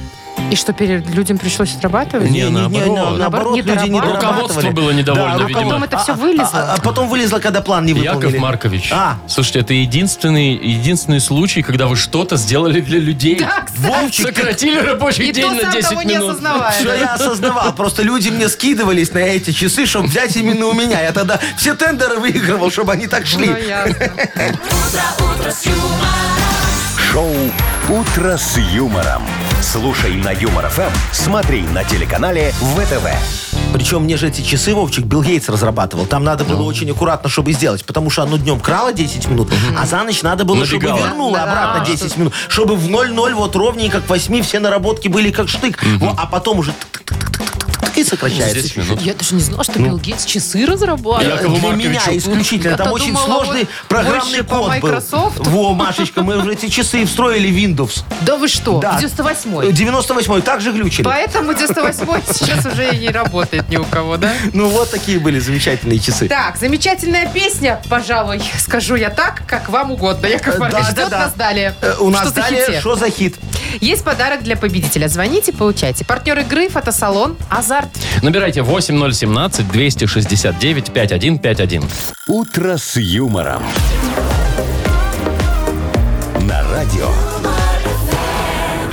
И что, перед людям пришлось отрабатывать? Не, наоборот. Наоборот, не люди не дорабатывали. Руководство было недовольно, Да, видимо. Потом это все вылезло. А, а потом вылезло, когда план не выполнили. Яков Маркович, А. слушайте, это единственный, единственный случай, когда вы что-то сделали для людей. Да, кстати. Вовчик, Сократили рабочий И день то на сам 10 того не минут. осознавая. Все, я осознавал. Просто люди мне скидывались на эти часы, чтобы взять именно у меня. Я тогда все тендеры выигрывал, чтобы они так шли. Ну, ясно. Шоу «Утро с юмором». Слушай на Юмор ФМ, смотри на телеканале ВТВ. Причем мне же эти часы, Вовчик, Билл Гейтс разрабатывал. Там надо было очень аккуратно, чтобы сделать. Потому что оно днем крало 10 минут, а за ночь надо было, Набегало. чтобы вернуло Да, обратно да, 10 минут. Чтобы в 0-0 вот ровненько к 8 все наработки были как штык. Во, А потом уже тык-тык-тык-тык-тык-тык и сокращается. 10 минут. Я даже не знала, что Билл Гейтс часы разрабатывает. Якову Для меня Марковичу. ну. исключительно. Там Я-то очень думала, сложный вот программный больше по код был. Microsoft. Во, Машечка, мы уже эти часы встроили Windows. Да вы что, Да. Э, 98-й. 98-й, также глючили. Поэтому 98-й сейчас уже и не работает ни у кого, да? Ну вот такие были замечательные часы. Так, замечательная песня, пожалуй, скажу я так, как вам угодно. Яков Э, Маркович, да, ждет да, да. нас далее. Э, У нас Что за далее хите? «Что за хит?» Есть подарок для победителя. Звоните, получайте. Партнер игры фотосалон «Азарт». Набирайте 8017-269-5151. «Утро с юмором». На радио.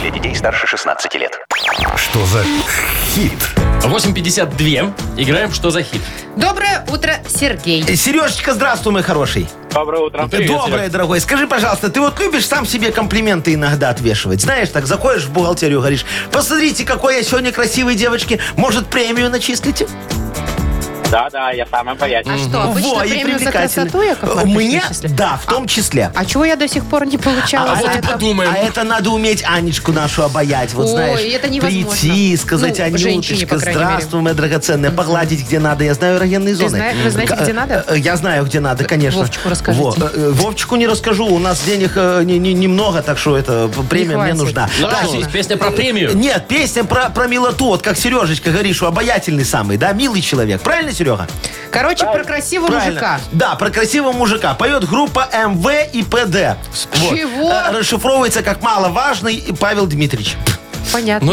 Для детей старше 16 лет. Что за хит? 8.52. Играем «Что за хит?». Доброе утро, Сергей. Э, Сережечка, здравствуй, мой хороший. Э, Доброе утро. Доброе, дорогой. Скажи, пожалуйста, ты вот любишь сам себе комплименты иногда отвешивать? Знаешь, так заходишь в бухгалтерию, говоришь, посмотрите, какой я сегодня красивой девочке. Может, премию начислите? Да-да, я самый А приятный. что, обычно Во, и премию за привлекательно. красоту, Яков Э, Маркович, Мне? начисляют? Да, в том числе. А чего я до сих пор не получала? А за вот и это? подумаем. А это надо уметь Анечку нашу обаять, вот Ой, знаешь. это невозможно. Прийти, сказать, Ну, женщине, по Анюточка, крайней здравствуй, моя драгоценная, погладить где надо. Я знаю эрогенные зоны. зна- вы знаете, М, где э, надо? э, Я знаю, где надо, конечно. Вовчику расскажите. Во, э, э, Вовчику не расскажу, у нас денег э, не- не- немного, так что это э, премия мне хватит. нужна. Ну Да, что, песня про премию? Нет, песня про, про милоту, вот как Сережечка говоришь, что обаятельный самый, да, милый человек. Правильно, Серега? Короче, про красивого мужика. Да, про красивого мужика. Поет группа МВ и ПД. Вот. чего? Э, Расшифровывается как маловажный Павел Дмитрич. Понятно.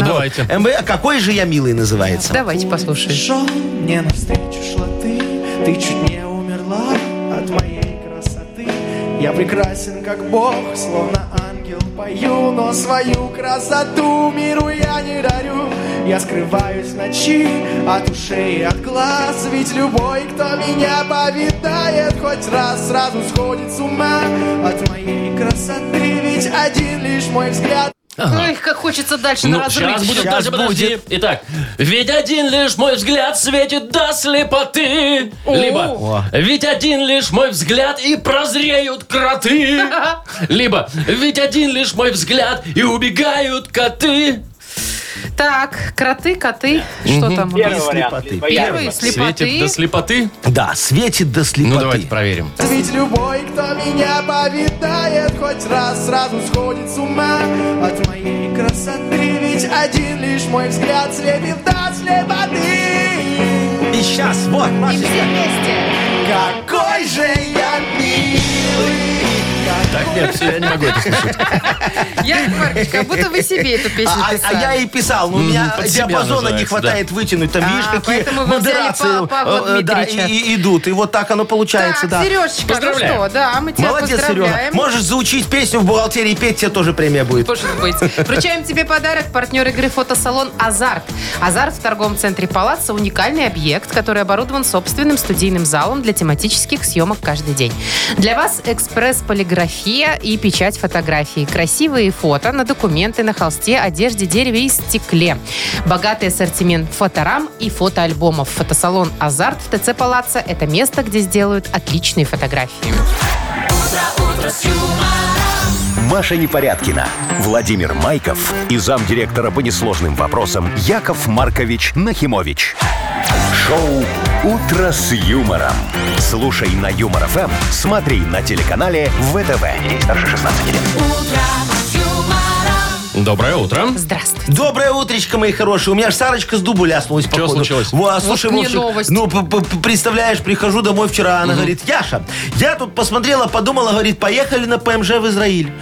Ну давайте. МВ, а какой же я милый называется? Давайте послушаем. Шел мне навстречу шла ты, ты чуть не умерла от моей красоты. Я прекрасен как бог, словно ангел пою, но свою красоту миру я не дарю. Я скрываюсь в ночи от ушей и от глаз, ведь любой, кто меня повидает хоть раз, сразу сходит с ума от моей красоты, ведь один лишь мой взгляд Ой, Ну, как хочется дальше на Ну, разрыв. сейчас будет, Щас подожди, подожди. Итак, ведь один лишь мой взгляд светит до слепоты. Либо, ведь один лишь мой взгляд и прозреют кроты. Либо, ведь один лишь мой взгляд и убегают коты. Так, кроты, коты. Что там? у нас? Первый вариант. слепоты. либо Первый, Светит слепоты. до слепоты. Да, светит до слепоты. Ну, давайте проверим. Ведь любой, кто меня повидает Хоть раз сразу сходит с ума От моей красоты Ведь один лишь мой взгляд Слепит до слепоты И сейчас, вот, И все Машечка. вместе. Какой же я милый Так, нет, все, я не могу это слушать. Яков Маркович, как будто вы себе эту песню А, а- а писали. я и писал, но у Мгм, меня под себя диапазона не называется, хватает вытянуть. Там, А, видишь, какие поэтому вы взяли Па- модерации Павла э, э, да, и, Дмитрича. и идут. И вот так оно получается, Так, да. Сережечка, Поздравляем. ну что, да, мы тебя Молодец, Сережа. поздравляем. Можешь заучить песню в бухгалтерии петь, тебе тоже премия будет. Может быть. Вручаем тебе подарок. Партнер игры фотосалон «Азарт». «Азарт» в торговом центре «Палаца» – уникальный объект, который оборудован собственным студийным залом для тематических съемок каждый день. Для вас экспресс-полиграфия и печать фотографий. Красивые фото на документы, на холсте, одежде, дереве и стекле. Богатый ассортимент фоторам и фотоальбомов. Фотосалон «Азарт» в ТЦ «Палаца» – это место, где сделают отличные фотографии. Маша Непорядкина, Владимир Майков и замдиректора по несложным вопросам Яков Маркович Нахимович. Шоу «Утро с юмором». Слушай на Юмор ФМ, смотри на телеканале ВТВ. Здесь старше 16 лет. Доброе утро. Здравствуйте. Доброе утречко, мои хорошие. У меня ж Сарочка с дубу ляснулась, Чё походу. случилось? Во, слушай, мне в общем, новость. Ну, п- п- п- представляешь, прихожу домой вчера, она говорит, Яша, я тут посмотрела, подумала, говорит, поехали на ПМЖ в Израиль.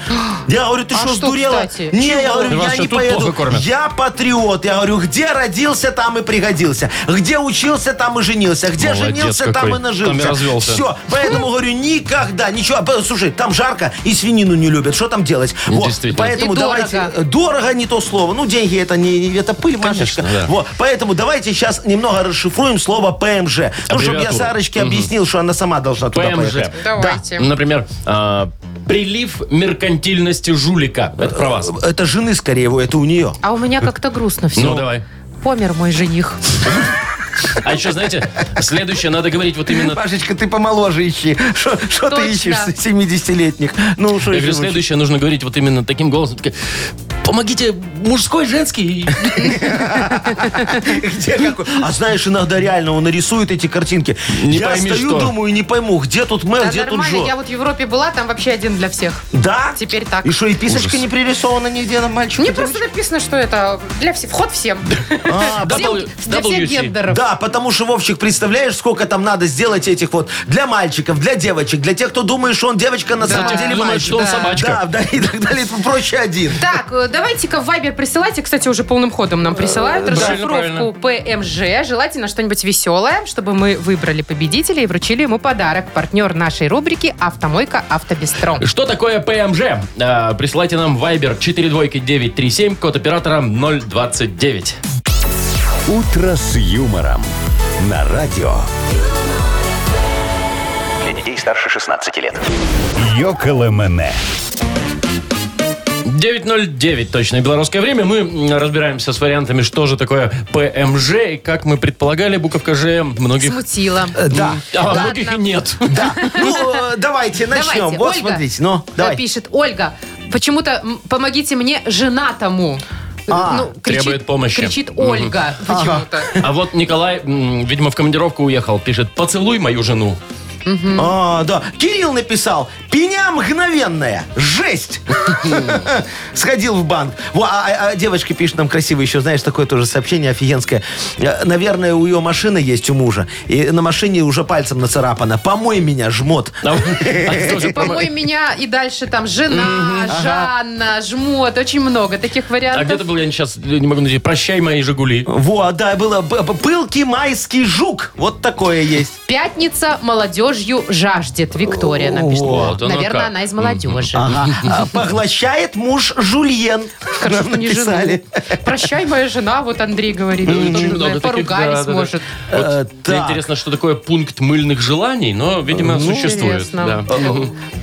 Я говорю, ты А что, что, сдурела? кстати? Не, я Да говорю, вас я что, не тут плохо поеду. кормят? Я патриот. Я говорю, где родился, там и пригодился. Где учился, там и женился. Где Молодец женился, там какой. и нажился. Там и развелся. Все. Поэтому говорю, никогда. Ничего. Б- Слушай, там жарко и свинину не любят. Что там делать? Вот. Действительно. Поэтому И дорого. давайте... э, Дорого не то слово. Ну, деньги это не это пыль, Машечка. да. Вот. Поэтому давайте сейчас немного расшифруем слово ПМЖ. Ну, чтобы я Аббревиатура. Сарочке объяснил, что она сама должна туда ПМЖ. поехать. Давайте. Например, а, прилив меркантильности жулика. Это про вас. Это жены, скорее его, это у нее. А у меня как-то грустно все. Ну, давай. Помер мой жених. А еще, знаете, следующее надо говорить вот именно... Машечка, ты помоложе ищи. Что Точно. ты ищешь 70-летних? Ну, что Я говорю, еще лучше? следующее нужно говорить вот именно таким голосом. Такая, Помогите, мужской, женский. Где какой? А знаешь, иногда реально он нарисует эти картинки. Не я пойми, стою, что. думаю, не пойму, где тут Мэл, Да где тут нормально, Джо. я вот в Европе была, там вообще один для всех. Да? Теперь так. И что, и писочка Ужас. не пририсована нигде на мальчику? Мне просто написано, что это для всех, вход всем. А, Всем- W- Для WC. всех гендеров. Да, потому что, Вовчик, представляешь, сколько там надо сделать этих вот для мальчиков, для девочек, для тех, кто думает, что он девочка, на самом Кто деле думает, мальчик. что он да. Да, собачка. да, и так далее, это проще один. Так, э, давайте-ка в Вайбер присылайте. Кстати, уже полным ходом Э, нам присылают правильно, расшифровку ПМЖ. Желательно что-нибудь веселое, чтобы мы выбрали победителя и вручили ему подарок. Партнер нашей рубрики «Автомойка Автобестро». Э, Что такое ПМЖ? А, Присылайте нам Viber 42937, код оператора 029. «Утро с юмором» на радио. Для детей старше 16 лет. Йоколэмэне. 9.09 точное белорусское время. Мы м, разбираемся с вариантами, что же такое ПМЖ. И как мы предполагали, буковка Ж многих... Смутило. Э, Да. А Ладно. многих и нет. Да. Ну, э, давайте начнем. Давайте, Вот, Ольга. смотрите, ну, Да, давай. Пишет Ольга, почему-то м, помогите мне женатому. Ну, А, требует помощи. Кричит Ольга почему-то. А вот Николай, м, видимо, в командировку уехал, пишет, поцелуй мою жену. А, да. Кирилл написал, пеня мгновенная, жесть. Сходил в банк. Во, а- а- а девочка пишет нам красиво еще, знаешь, такое тоже сообщение офигенское. Э, Наверное, у ее машины есть у мужа. И на машине уже пальцем нацарапано. Помой меня, жмот. А вот- а тоже Помой меня и дальше там жена, Жанна, жмот. Очень много таких А где-то вариантов. был я сейчас, не могу найти. Прощай, мои Жигули. Во, да, было б- б- пылкий майский жук. Вот такое есть. Пятница молодежью жаждет. Виктория написала. Вот оно Наверное, как. она из молодежи. Ага. А, Поглощает муж жульен. Хорошо, Нам что не жену. написали. Прощай, моя жена, вот Андрей говорит. Очень Тоже, много наверное, таких, да, Поругались, да, да. может. Вот Э, мне так. Ну, интересно, что такое пункт мыльных желаний, но, видимо, существует. интересно. да.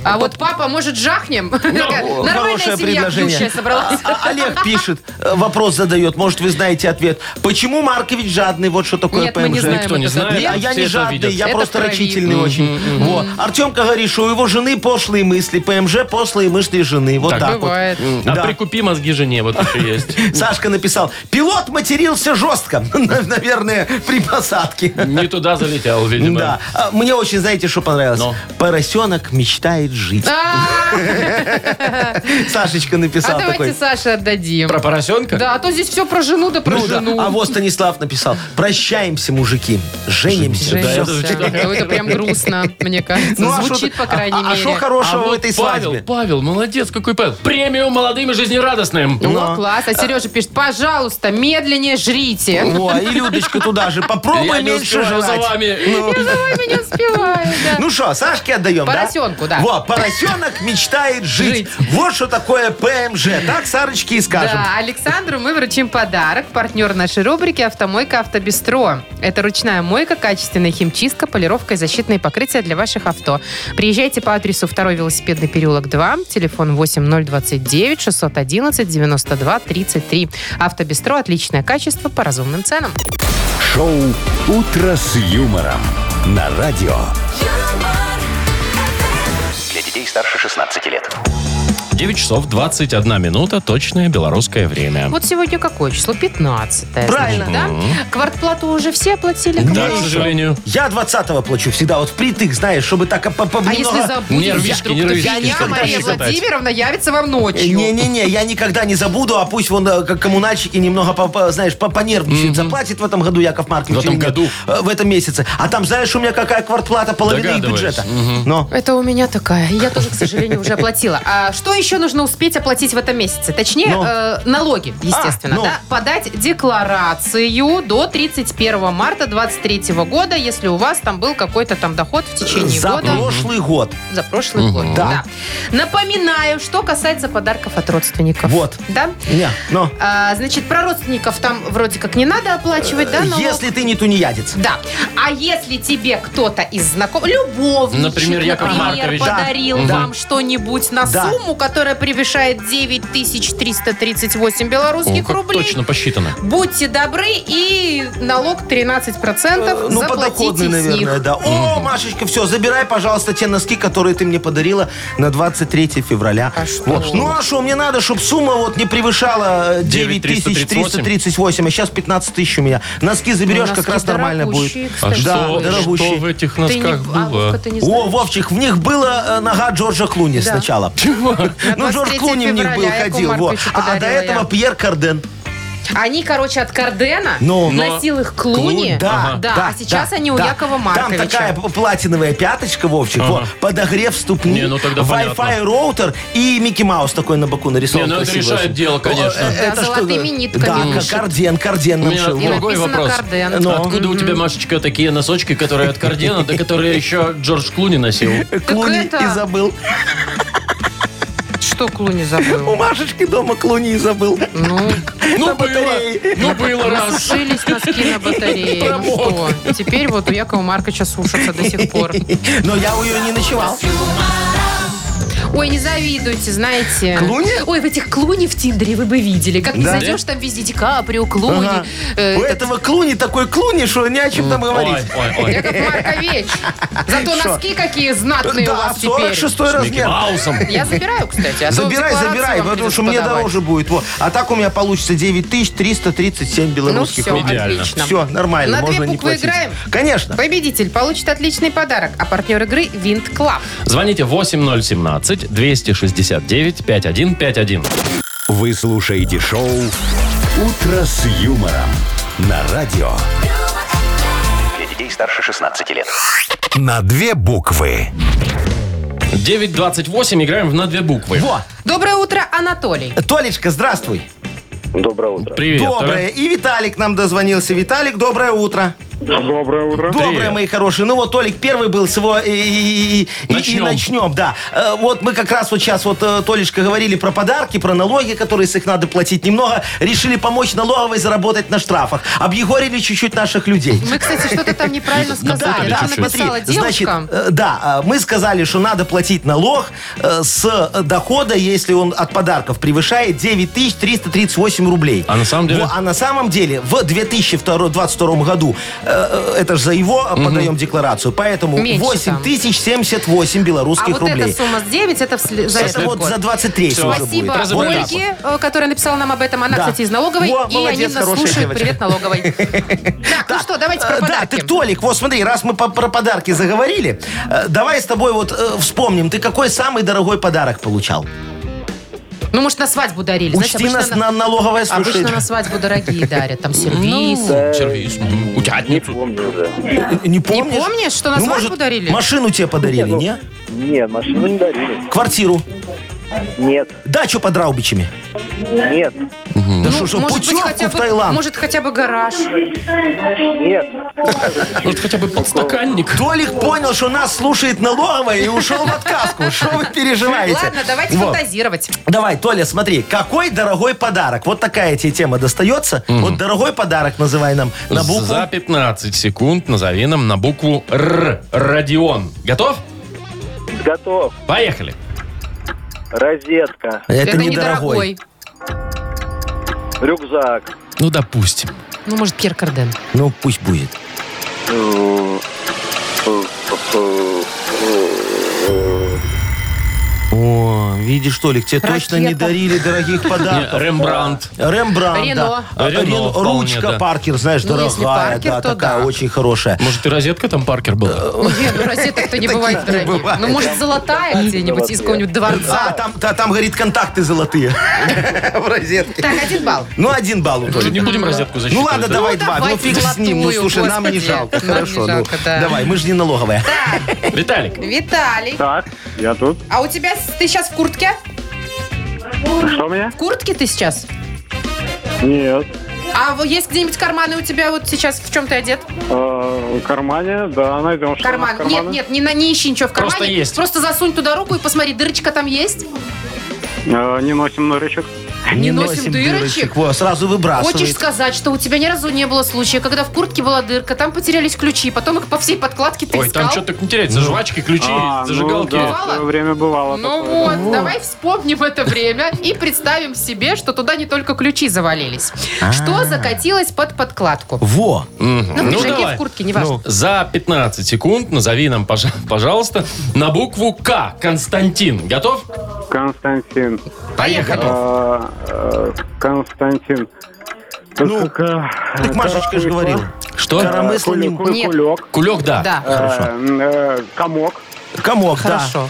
А вот папа, может, жахнем? Нормальная семья Хорошее пьющая предложение. собралась. А- а- Олег пишет, э, вопрос задает, может, вы знаете ответ. Почему Маркович жадный? Вот что такое Нет, мы не ПМЖ. знаем. Никто не это знает. Не, а я все не это жадный, видят. я Это просто в крови. рачительный очень. Вот. Артемка говорит, что у его жены пошлые мысли, ПМЖ пошлые мысли жены. Вот Так. так, Бывает. вот. А Э, Да. прикупи мозги жене, вот еще есть. Сашка написал, пилот матерился жестко, наверное, при посадке. Не туда залетел, видимо. Да. А, Мне очень, знаете, что понравилось? Ну. Поросенок мечтает жить. Сашечка А написал давайте такой. Саше отдадим. Про поросенка? Да, а то здесь все про жену да про Ну да. жену. А вот Станислав написал. Прощаемся, мужики. Женимся. Женился. это же Ну, это прям грустно, мне кажется. а Звучит, что- по крайней а- а- А мере. что Всего хорошего А в вот этой Павел, свадьбе. Павел, молодец, какой Павел. Премию молодым и жизнерадостным. Ну, О, класс. А Сережа пишет, пожалуйста, медленнее жрите. Во, и Людочка туда же. Я Попробуй не меньше успеваю за жрать. вами. Ну. Ой, меня успевает, да. Ну что, Сашке отдаем, Поросенку, да. Вот, поросенок мечтает жить. Вот что такое ПМЖ. Так Сарочке и скажем. Да, Александру мы вручим подарок. Партнер нашей рубрики «Автомойка Автобестро». Это ручная мойка, качественная химчистка, полировка и защитные покрытия для ваших авто. Приезжайте по адресу 2 велосипедный переулок 2, телефон 8029 611 92 33. «Автобестро» – отличное качество по разумным ценам. Шоу «Утро с юмором» на радио. юмор, Для детей старше 16 лет. 9 часов 21 минута, точное белорусское время. Вот сегодня какое число? 15 Правильно. да? Квартплату уже все оплатили? Да, к Еще. сожалению. Я 20-го плачу всегда, вот впритык, знаешь, чтобы так... по- по- А если немного- забудете, нервишки, вдруг нервишки, я, что-то Мария считать. Владимировна, явится вам ночью. Э, Не-не-не, я никогда не забуду, а пусть вон э, как коммунальщики немного, по- по- знаешь, по- понервничают. Заплатит в этом году Яков Маркович В этом или нет? году? Э, В этом месяце. А там, знаешь, у меня какая квартплата? Половина их Догадываюсь. бюджета. Но... Это у меня такая. Я тоже, к сожалению, уже оплатила. А что еще нужно успеть оплатить в этом месяце? Точнее, Ну? э, налоги, естественно. А, ну. да? Подать декларацию до 31 марта 2023 года, если у вас там был какой-то там доход в течение За года. прошлый год. За прошлый год. Да. Напоминаю, что касается подарков от родственников. Вот. Да? Не, но... А, значит, про родственников там вроде как не надо оплачивать, да? налог? Если ты не тунеядец. Да. А если тебе кто-то из знакомых, любовничек, Например, Яков например, Маркович. подарил Да. вам что-нибудь на Да. сумму, которая превышает 9338 белорусских О, как рублей, точно посчитано. будьте добры и налог 13% Ну, заплатите подоходный, с наверное, них. да. О, Машечка, все, забирай, пожалуйста, те носки, которые ты мне подарила на 23 февраля. А что? Вот. Ну, а что, мне надо, чтобы сумма вот не превышала э, 9338, а сейчас 15 тысяч у меня. Носки заберешь, Ну, как носки раз нормально будет. дорогущие, А кстати. Да, что, дорогущий. что в этих Ты не- носках а, Вовка, было? ты не О, знаешь? Вовчик, в них была э, нога Джорджа Клуни Да. сначала. Ну, Джордж 23 Клуни в них был, февраля Якову ходил. во. Марковичу А до подарила этого я. Пьер Карден. Они, короче, от Кардена Ну, но- носил их Клуни. Клу- Да, да, А сейчас да, они у да. Якова Там Марковича. такая п- платиновая пяточка, Вовчик, Ага. во, подогрев ступни, Не, ну тогда Wi-Fi понятно. роутер и Микки Маус такой на боку нарисован. Не, ну это красиво решает очень. дело, конечно. О, э, Да, что золотыми за- нитками Да, вышит. карден, карден У меня нашел. во. другой написано вопрос. «Карден». Ну. Откуда у тебя, Машечка, такие носочки, которые от Кардена, да которые еще Джордж Клуни носил? Клуни это- и забыл. Что Клуни У забыл? Машечки дома Клуни и забыл. Ну, Ну было, батарее. ну было раз. Насушились носки на батарее. Ну что, теперь вот у Якова Марковича сушатся до сих пор. Но я у ее не ночевал. Ой, не завидуйте, знаете. Клуни? Ой, в этих клуни в Тиндере вы бы видели. Как не Да? зайдешь, там везде Ди Каприо, клуни. Ага. э, У этого Клуни такой Клуни, что не о чем там Ой, говорить. ой, ой. Яков Маркович, зато носки какие знатные у Да, вас теперь. 46-й С Микки размер. Маусом. Я забираю, кстати. а то Забирай, декларацию вам забирай, потому придется что мне подавать. дороже будет. Во. А так у меня получится 9337 Ну белорусских все, рублей. Идеально. отлично. Все, нормально, На две можно не буквы платить. играем? Конечно. Победитель получит отличный подарок, а партнер игры Винт Клаб. Звоните 8017-269-5151. Вы слушаете шоу «Утро с юмором» на радио. Для детей старше 16 лет. На две буквы. 928 играем в на две буквы. Во, Доброе утро, Анатолий. Толечка, здравствуй. Доброе утро. Привет. а? Доброе. И Виталик нам дозвонился. Виталик, доброе утро. Доброе утро. Доброе, мои хорошие. Ну вот Толик первый был с его и, и- и- и- и Начнем. начнем, да. Э, Вот мы как раз вот сейчас вот э, Толечка говорили про подарки, про налоги, которые с их надо платить немного. Решили помочь налоговой заработать на штрафах. Объегорили чуть-чуть наших людей. Мы, кстати, что-то там неправильно сказали. Напутали Нам чуть-чуть. написала Значит, девушка. э, да, э, мы сказали, что надо платить налог э, с э, дохода, если он от подарков превышает 9338 рублей. А на самом деле? Во, а на самом деле в 2022 году, э, э, это же за его э, подаем декларацию, поэтому Меньше там. 8078 А вот белорусских рублей. эта сумма с 9, это в сле- за Это этот вот год. за 23 Всё. уже будет. Спасибо Вот так Ольге, э, которая написала нам об этом. Она, Да. кстати, из налоговой. Во, и молодец, они нас хорошая слушают. девочка. Привет, налоговой. Так, ну что, давайте про Э, Да, ты, подарки. Толик, вот смотри, раз мы по- про подарки заговорили, э, давай с тобой вот э, вспомним, ты какой самый дорогой подарок получал? Ну, может, на свадьбу дарили. Знаете, Учти нас обычно на Ну. налоговая на- обычно слушает. на свадьбу дорогие дарят. Там сервис. Сервис. Мгм. Утятницу. Помню уже. Не Ну, помнишь, что на свадьбу дарили? Машину тебе подарили, не? ну- Нет, машину не дарили. Квартиру. Нет, Дачу под Раубичами. нет, Да Ну, что, что, может быть, путевку хотя в бы- Таиланд. Может, хотя бы гараж. нет. Может, Ну, хотя бы подстаканник. Толик понял, что нас слушает налоговая и ушел в отказку. Что вы переживаете? Ладно, давайте Вот. фантазировать. Давай, Толя, смотри, какой дорогой подарок? Вот такая тебе тема достается. Вот дорогой подарок называй нам на букву. За 15 секунд назови нам на букву Р. Родион. Готов? Готов. Поехали. Розетка, Это, не недорогой. дорогой. рюкзак, Ну, допустим. Ну, может, Пьер Карден. Ну, пусть будет. О, видишь, Толик, тебе точно не Ракета. дарили дорогих А, Не, подарков. Рембрандт. Рембрандт, Рено. да. Рено Рен- вполне, Ручка да. Паркер, знаешь, Ну, если дорогая, Паркер, да, то такая да. очень хорошая. Может, и розетка там Паркер была? Не, ну розеток-то не бывает дорогих. бывает. Ну, может, золотая где-нибудь из какого-нибудь А, дворца. там, та- там, говорит, контакты золотые в розетке. Так, один балл. Ну, один балл у Слушай, Толика. не будем розетку Ну засчитывать. ладно, да? давай Ну, два. давай Ну фиг с ним. Ну золотую, слушай, нам не господи. жалко. Нам не Хорошо. ну, жалко, да. Давай, мы же не налоговая. Виталик, Виталий, Так, я тут. а у тебя... с- Ты сейчас в куртке? Что А у меня? В куртке ты сейчас? Нет. А вот есть где-нибудь карманы у тебя вот сейчас? В чем ты одет? Э, В кармане, да, найдем. что у нас Карман. в Нет, карманах. нет, не, на- не ищи ничего в кармане. Просто есть. Просто засунь туда руку и посмотри, дырочка там есть? Э, Не носим норочек. Не носим дырочек? Во, сразу А выбрасывает. Хочешь сказать, что у тебя ни разу не было случая, когда в куртке была дырка, там потерялись ключи, потом их по всей подкладке ты ой, там искал? что-то не теряется. Жвачки, ключи, А, ну зажигалки. да, в свое время бывало Ну такое. вот, давай вспомним это время и представим себе, что туда не только ключи завалились. Что закатилось под подкладку? Во. Мгм. Ну, в Ну, пиджаке, давай. в куртке, неважно. За 15 секунд назови нам, пожа- пожалуйста, на букву К. Константин. Готов? Константин. Поехали. э, э, Константин. Ну, Как, э, Так Машечка же каракуль- говорила. Что? Кара- э, Промыслили. куль- куль- Нет. Кулек. Кулек, да. Да. э, э, Комок. Комок, да. Хорошо.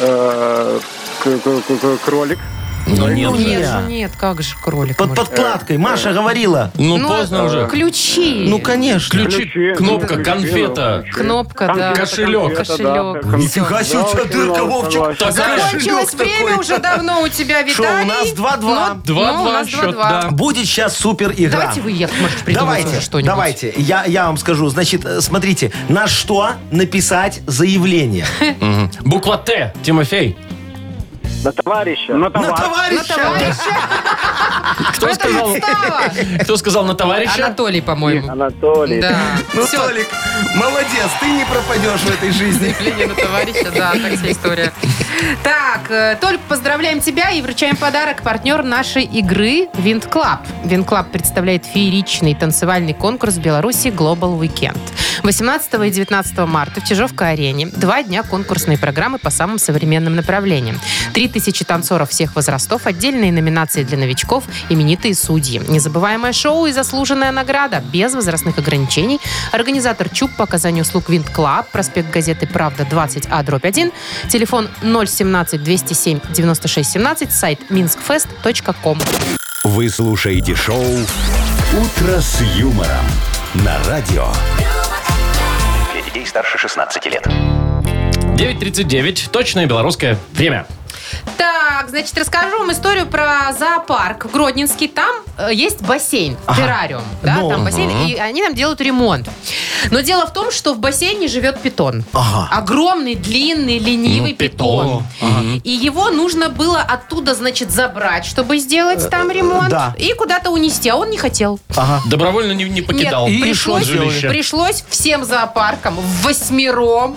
э, к- к- к- к- Кролик. Ну, Ну, нет. не. Нет же, нет, как же кролик Под может? э, подкладкой. Маша говорила. Ну, поздно уже. Ключи. Ну, конечно. Ключи, кнопка, конфета. Кнопка, да. Кошелек. Кошелек. Нифига себе, у тебя дырка, Вовчик. Так, Закончилось Кошелек время такой. уже давно у тебя, Что, Виталий. у нас 2-2. Два-два Ну, у нас счет, 2-2. да. Будет сейчас супер игра. Давайте вы, Яков Маркович, придумайте уже Давайте, что-нибудь. давайте. Я, я вам скажу. Значит, э, смотрите, на что написать заявление? Буква Т. Тимофей. На товарища. На На товарища. На товарища. товарища. Кто Ну, Это сказал? подстава. Кто сказал на товарища? Анатолий, по-моему. Анатолий. Да. Ну, Всё, Толик, молодец, ты не пропадешь в этой жизни. заявление на товарища, да, так вся история. Так, э, Толь, поздравляем тебя и вручаем подарок партнер нашей игры Винт Клаб. Винт Клаб представляет фееричный танцевальный конкурс в Беларуси Global Weekend. 18 и 19 марта в Чижовка-арене два дня конкурсной программы по самым современным направлениям. 3000 танцоров всех возрастов, отдельные номинации для новичков, именитые судьи. Незабываемое шоу и заслуженная награда без возрастных ограничений. Организатор ЧУП по оказанию услуг Винт Клаб, проспект газеты «Правда» 20А, дробь 1, телефон 017-207-9617, сайт minskfest.com. Вы слушаете шоу «Утро с юмором» на радио. Для детей старше 16 лет. 9.39. Точное белорусское время. Так, значит, расскажу вам историю про зоопарк Гродненский. Там э, есть бассейн, террариум. Да, Ну, там бассейн, и они там делают ремонт. Но дело в том, что в бассейне живет питон. Ага. Огромный, длинный, ленивый Ну, питон. питон. И его нужно было оттуда, значит, забрать, чтобы сделать там ремонт. Э, да. И куда-то унести, а он не хотел. Ага. Добровольно не, не покидал. Нет, И пришлось, что сделали? пришлось всем зоопаркам восьмером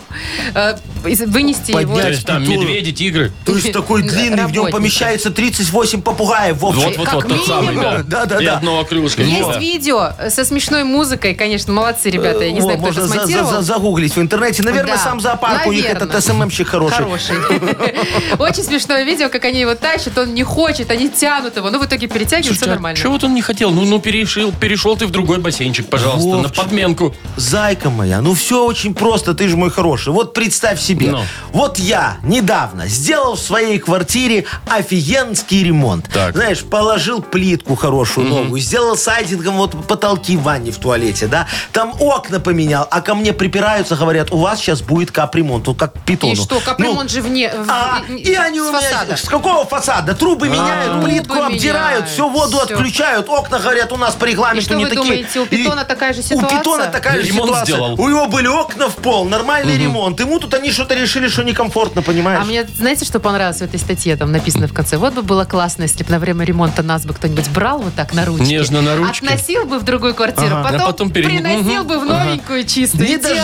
э, из- вынести его. То Поднять есть там Культуру. медведи, тигры. То есть такой длинный, в нем Работники. помещается 38 попугаев, Вовчик. Вот-вот-вот, как тот самый, да. минимум. Да-да-да. И одно окрылышко. Есть Да. видео со смешной музыкой, конечно, молодцы ребята, я не Во, знаю, кто Э, можно это за- за- смонтировал. за- загуглить в интернете. Наверное, Да, сам зоопарк у них наверно. этот СММщик хороший. Хороший. Очень смешное видео, как они его тащат, он не хочет, они тянут его, но в итоге перетягивают, все Слушайте, а нормально. чего вот он не хотел? Ну, ну перешил, перешел ты в другой бассейнчик, пожалуйста, на Вовчик. подменку. Зайка моя, ну все очень просто, ты же мой хороший. Вот представь себе. Ну. Вот я недавно сделал в своей квартире офигенский ремонт. Так. Знаешь, положил плитку хорошую новую, сделал сайдингом вот потолки в ванне в туалете, да. Там окна поменял, а ко мне припираются, говорят, у вас сейчас будет капремонт. Вот как питону. И что, капремонт же вне... в- Ну, А, в- и они с у меня фасада. А. с какого фасада? Трубы меняют, плитку Трубы обдирают, меняют, всю воду всё. отключают, окна горят, у нас по И регламенту что не вы такие. думаете, у И- питона такая же У ситуация? питона такая же Ремонт ситуация. сделал. У него были окна в пол, нормальный ремонт. Ему тут они что-то решили, что некомфортно, понимаешь? А мне, знаете, что понравилось в этой статье? Там написано в конце. Вот бы было классно, если бы на время ремонта нас бы кто-нибудь брал вот так на ручки. Нежно на ручки. Относил бы в другую квартиру, Ага. потом, А потом перен- приносил Мгм. бы в новенькую чистую. Не Идеально.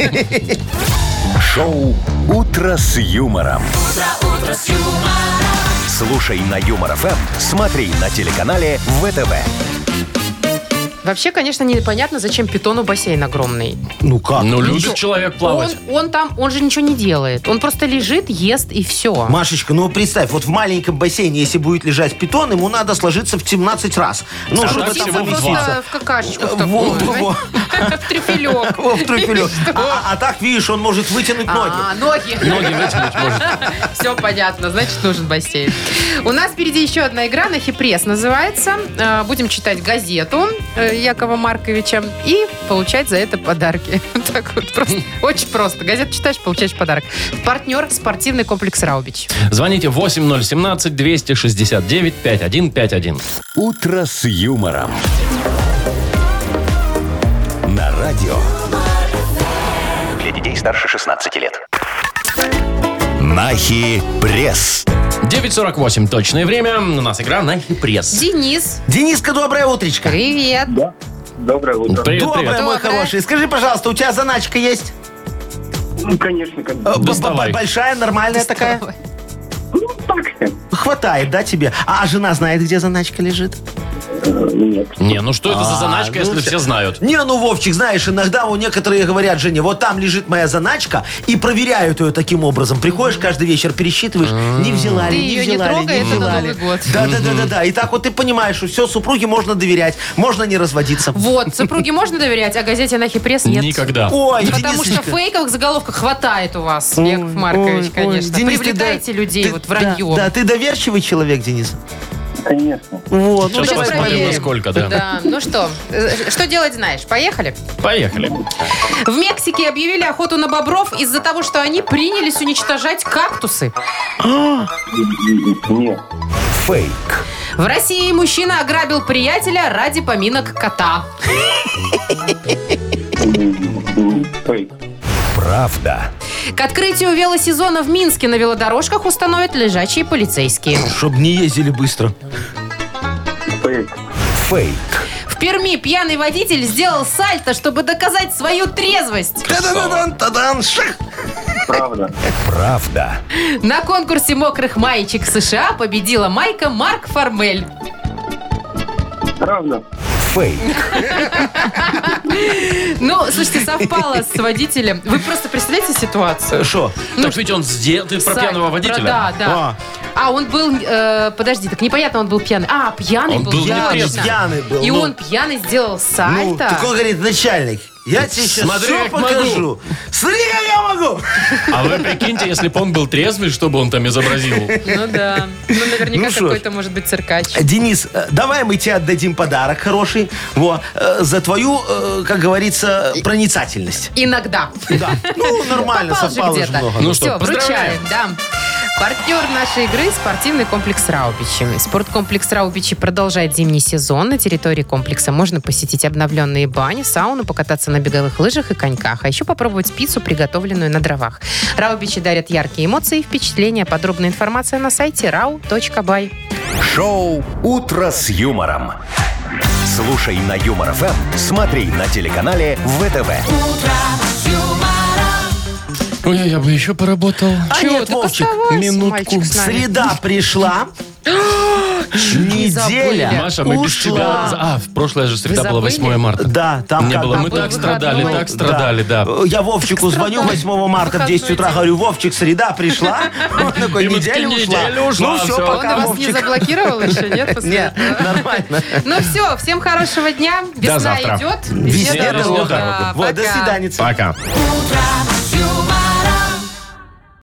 дождешься. Шоу «Утро с юмором». Слушай на Юмор ФМ, смотри на телеканале ВТВ. Вообще, конечно, непонятно, зачем питону бассейн огромный. Ну как? Ну, Чё, любит человек плавать. Он, он там, он же ничего не делает. Он просто лежит, ест и все. Машечка, ну представь, вот в маленьком бассейне, если будет лежать питон, ему надо сложиться в 17 раз. Ну, А чтобы так там всего в поместиться. просто в какашечку в Во, такую, во, во. знаете, в трюфелек. Во, в трюфелю. А а так, видишь, он может вытянуть ноги. А, ноги. Ноги вытянуть может. Все понятно, значит, нужен бассейн. У нас впереди еще одна игра, на хипресс называется. Э, Будем читать газету э, Якова Марковича и получать за это подарки. Вот Так вот, просто, очень просто. Газету читаешь, получаешь подарок. Партнер спортивный комплекс «Раубич». Звоните 8017-269-5151. «Утро с юмором». На радио. Для детей старше 16 лет. Нахи пресс. 9.48 точное время. У нас игра на хипресс. Денис, Дениска, доброе утречко. привет. Доброе утро. Привет, Доброе, привет. мой Доброе. хороший. Скажи, пожалуйста, у тебя заначка есть? Ну, конечно, как Э, б- б- Доставай. Большая, нормальная такая? Ну, так-то. Хватает, да, тебе? А жена знает, где заначка лежит? Нет. Не, ну что это за А, заначка, ну если всё. все знают? Не, ну, Вовчик, знаешь, иногда у некоторые говорят, Женя, вот там лежит моя заначка, и проверяют ее таким образом. Приходишь каждый вечер, пересчитываешь, не взяла Ты ли, не ее не взяла ли, трогай, не это на взяла Новый ли. год. Да, да, да, да, да. И так вот ты понимаешь, что все, супруге можно доверять, можно не разводиться. Вот, супруге можно доверять, а газете «Анахи пресс» нет. Никогда. Ой, Потому что Денисочка. фейковых заголовков хватает у вас, Яков Ой, Маркович, ой, конечно. Денис, ты Привлекайте да- людей ты- вот враньем. Да, да, ты доверчивый человек, Денис. Конечно. Вот, Сейчас ну, Сейчас давай, посмотрим, проверим. насколько, да. ну что, э, что делать знаешь? Поехали. Поехали. В Мексике объявили охоту на бобров из-за того, что они принялись уничтожать кактусы. Нет. Фейк. В России мужчина ограбил приятеля ради поминок кота. Фейк. Правда. К открытию велосезона в Минске на велодорожках установят лежачие полицейские. Чтобы не ездили быстро. Фейк. Фейк. В Перми пьяный водитель сделал сальто, чтобы доказать свою трезвость. Та-дан-дан, та-дан, шах. Правда. Правда. На конкурсе мокрых маечек США победила майка Марк Формель. Правда. Фейк. Ну, слушайте, совпало с водителем. Вы просто представляете ситуацию? Шо? Так ведь он сделал... Ты про Ну, Сань, пьяного про- водителя? Да, да. А, он был, э, подожди, так непонятно, он был пьяный. А, пьяный Он был, был точно. нетрезвый. Пьяный был, И ну. он пьяный сделал Ну, сальто. так он говорит, начальник, я тебе сейчас Смотри, все как могу. покажу. Смотри, как я могу. А вы прикиньте, если бы он был трезвый, что бы он там изобразил? Ну да. Ну, наверняка Ну, шо ж. какой-то может быть циркач. Денис, э, давай мы тебе отдадим подарок хороший во, э, за твою, э, как говорится, проницательность. Иногда. Да. Ну, нормально, Попал же совпало же где-то. много. Ну Все, что, вручаем, да. Партнер нашей игры – спортивный комплекс «Раубичи». Спорткомплекс «Раубичи» продолжает зимний сезон. На территории комплекса можно посетить обновленные бани, сауну, покататься на беговых лыжах и коньках, а еще попробовать пиццу, приготовленную на дровах. «Раубичи» дарят яркие эмоции и впечатления. Подробная информация на сайте rau.by. Шоу «Утро с юмором». Слушай на Юмор ФМ, смотри на телеканале ВТВ. Ой, а я бы еще поработал. А Чего нет, ты Вовчик, косовался, минутку. мальчик, с нами? Ну, среда пришла. забыли. Неделя Маша, мы без тебя... ушла. за- А, в прошлое же среда была забыли? 8 марта. Да, там Не как- было. там Мы был так страдали, выходной. так страдали, да. Э, Я Вовчику звоню 8 марта в 10 утра, говорю, Вовчик, среда пришла. Он такой, И вот неделя ушла. неделя ушла, Ну все, всё. Он пока, вас не Вовчик. заблокировал еще, нет? после Нет, этого? нормально. Ну все, всем хорошего дня. До Весна завтра. идет. Везде дорога. дорога. Да, Вот, до А пока. свидания. Пока. юмор.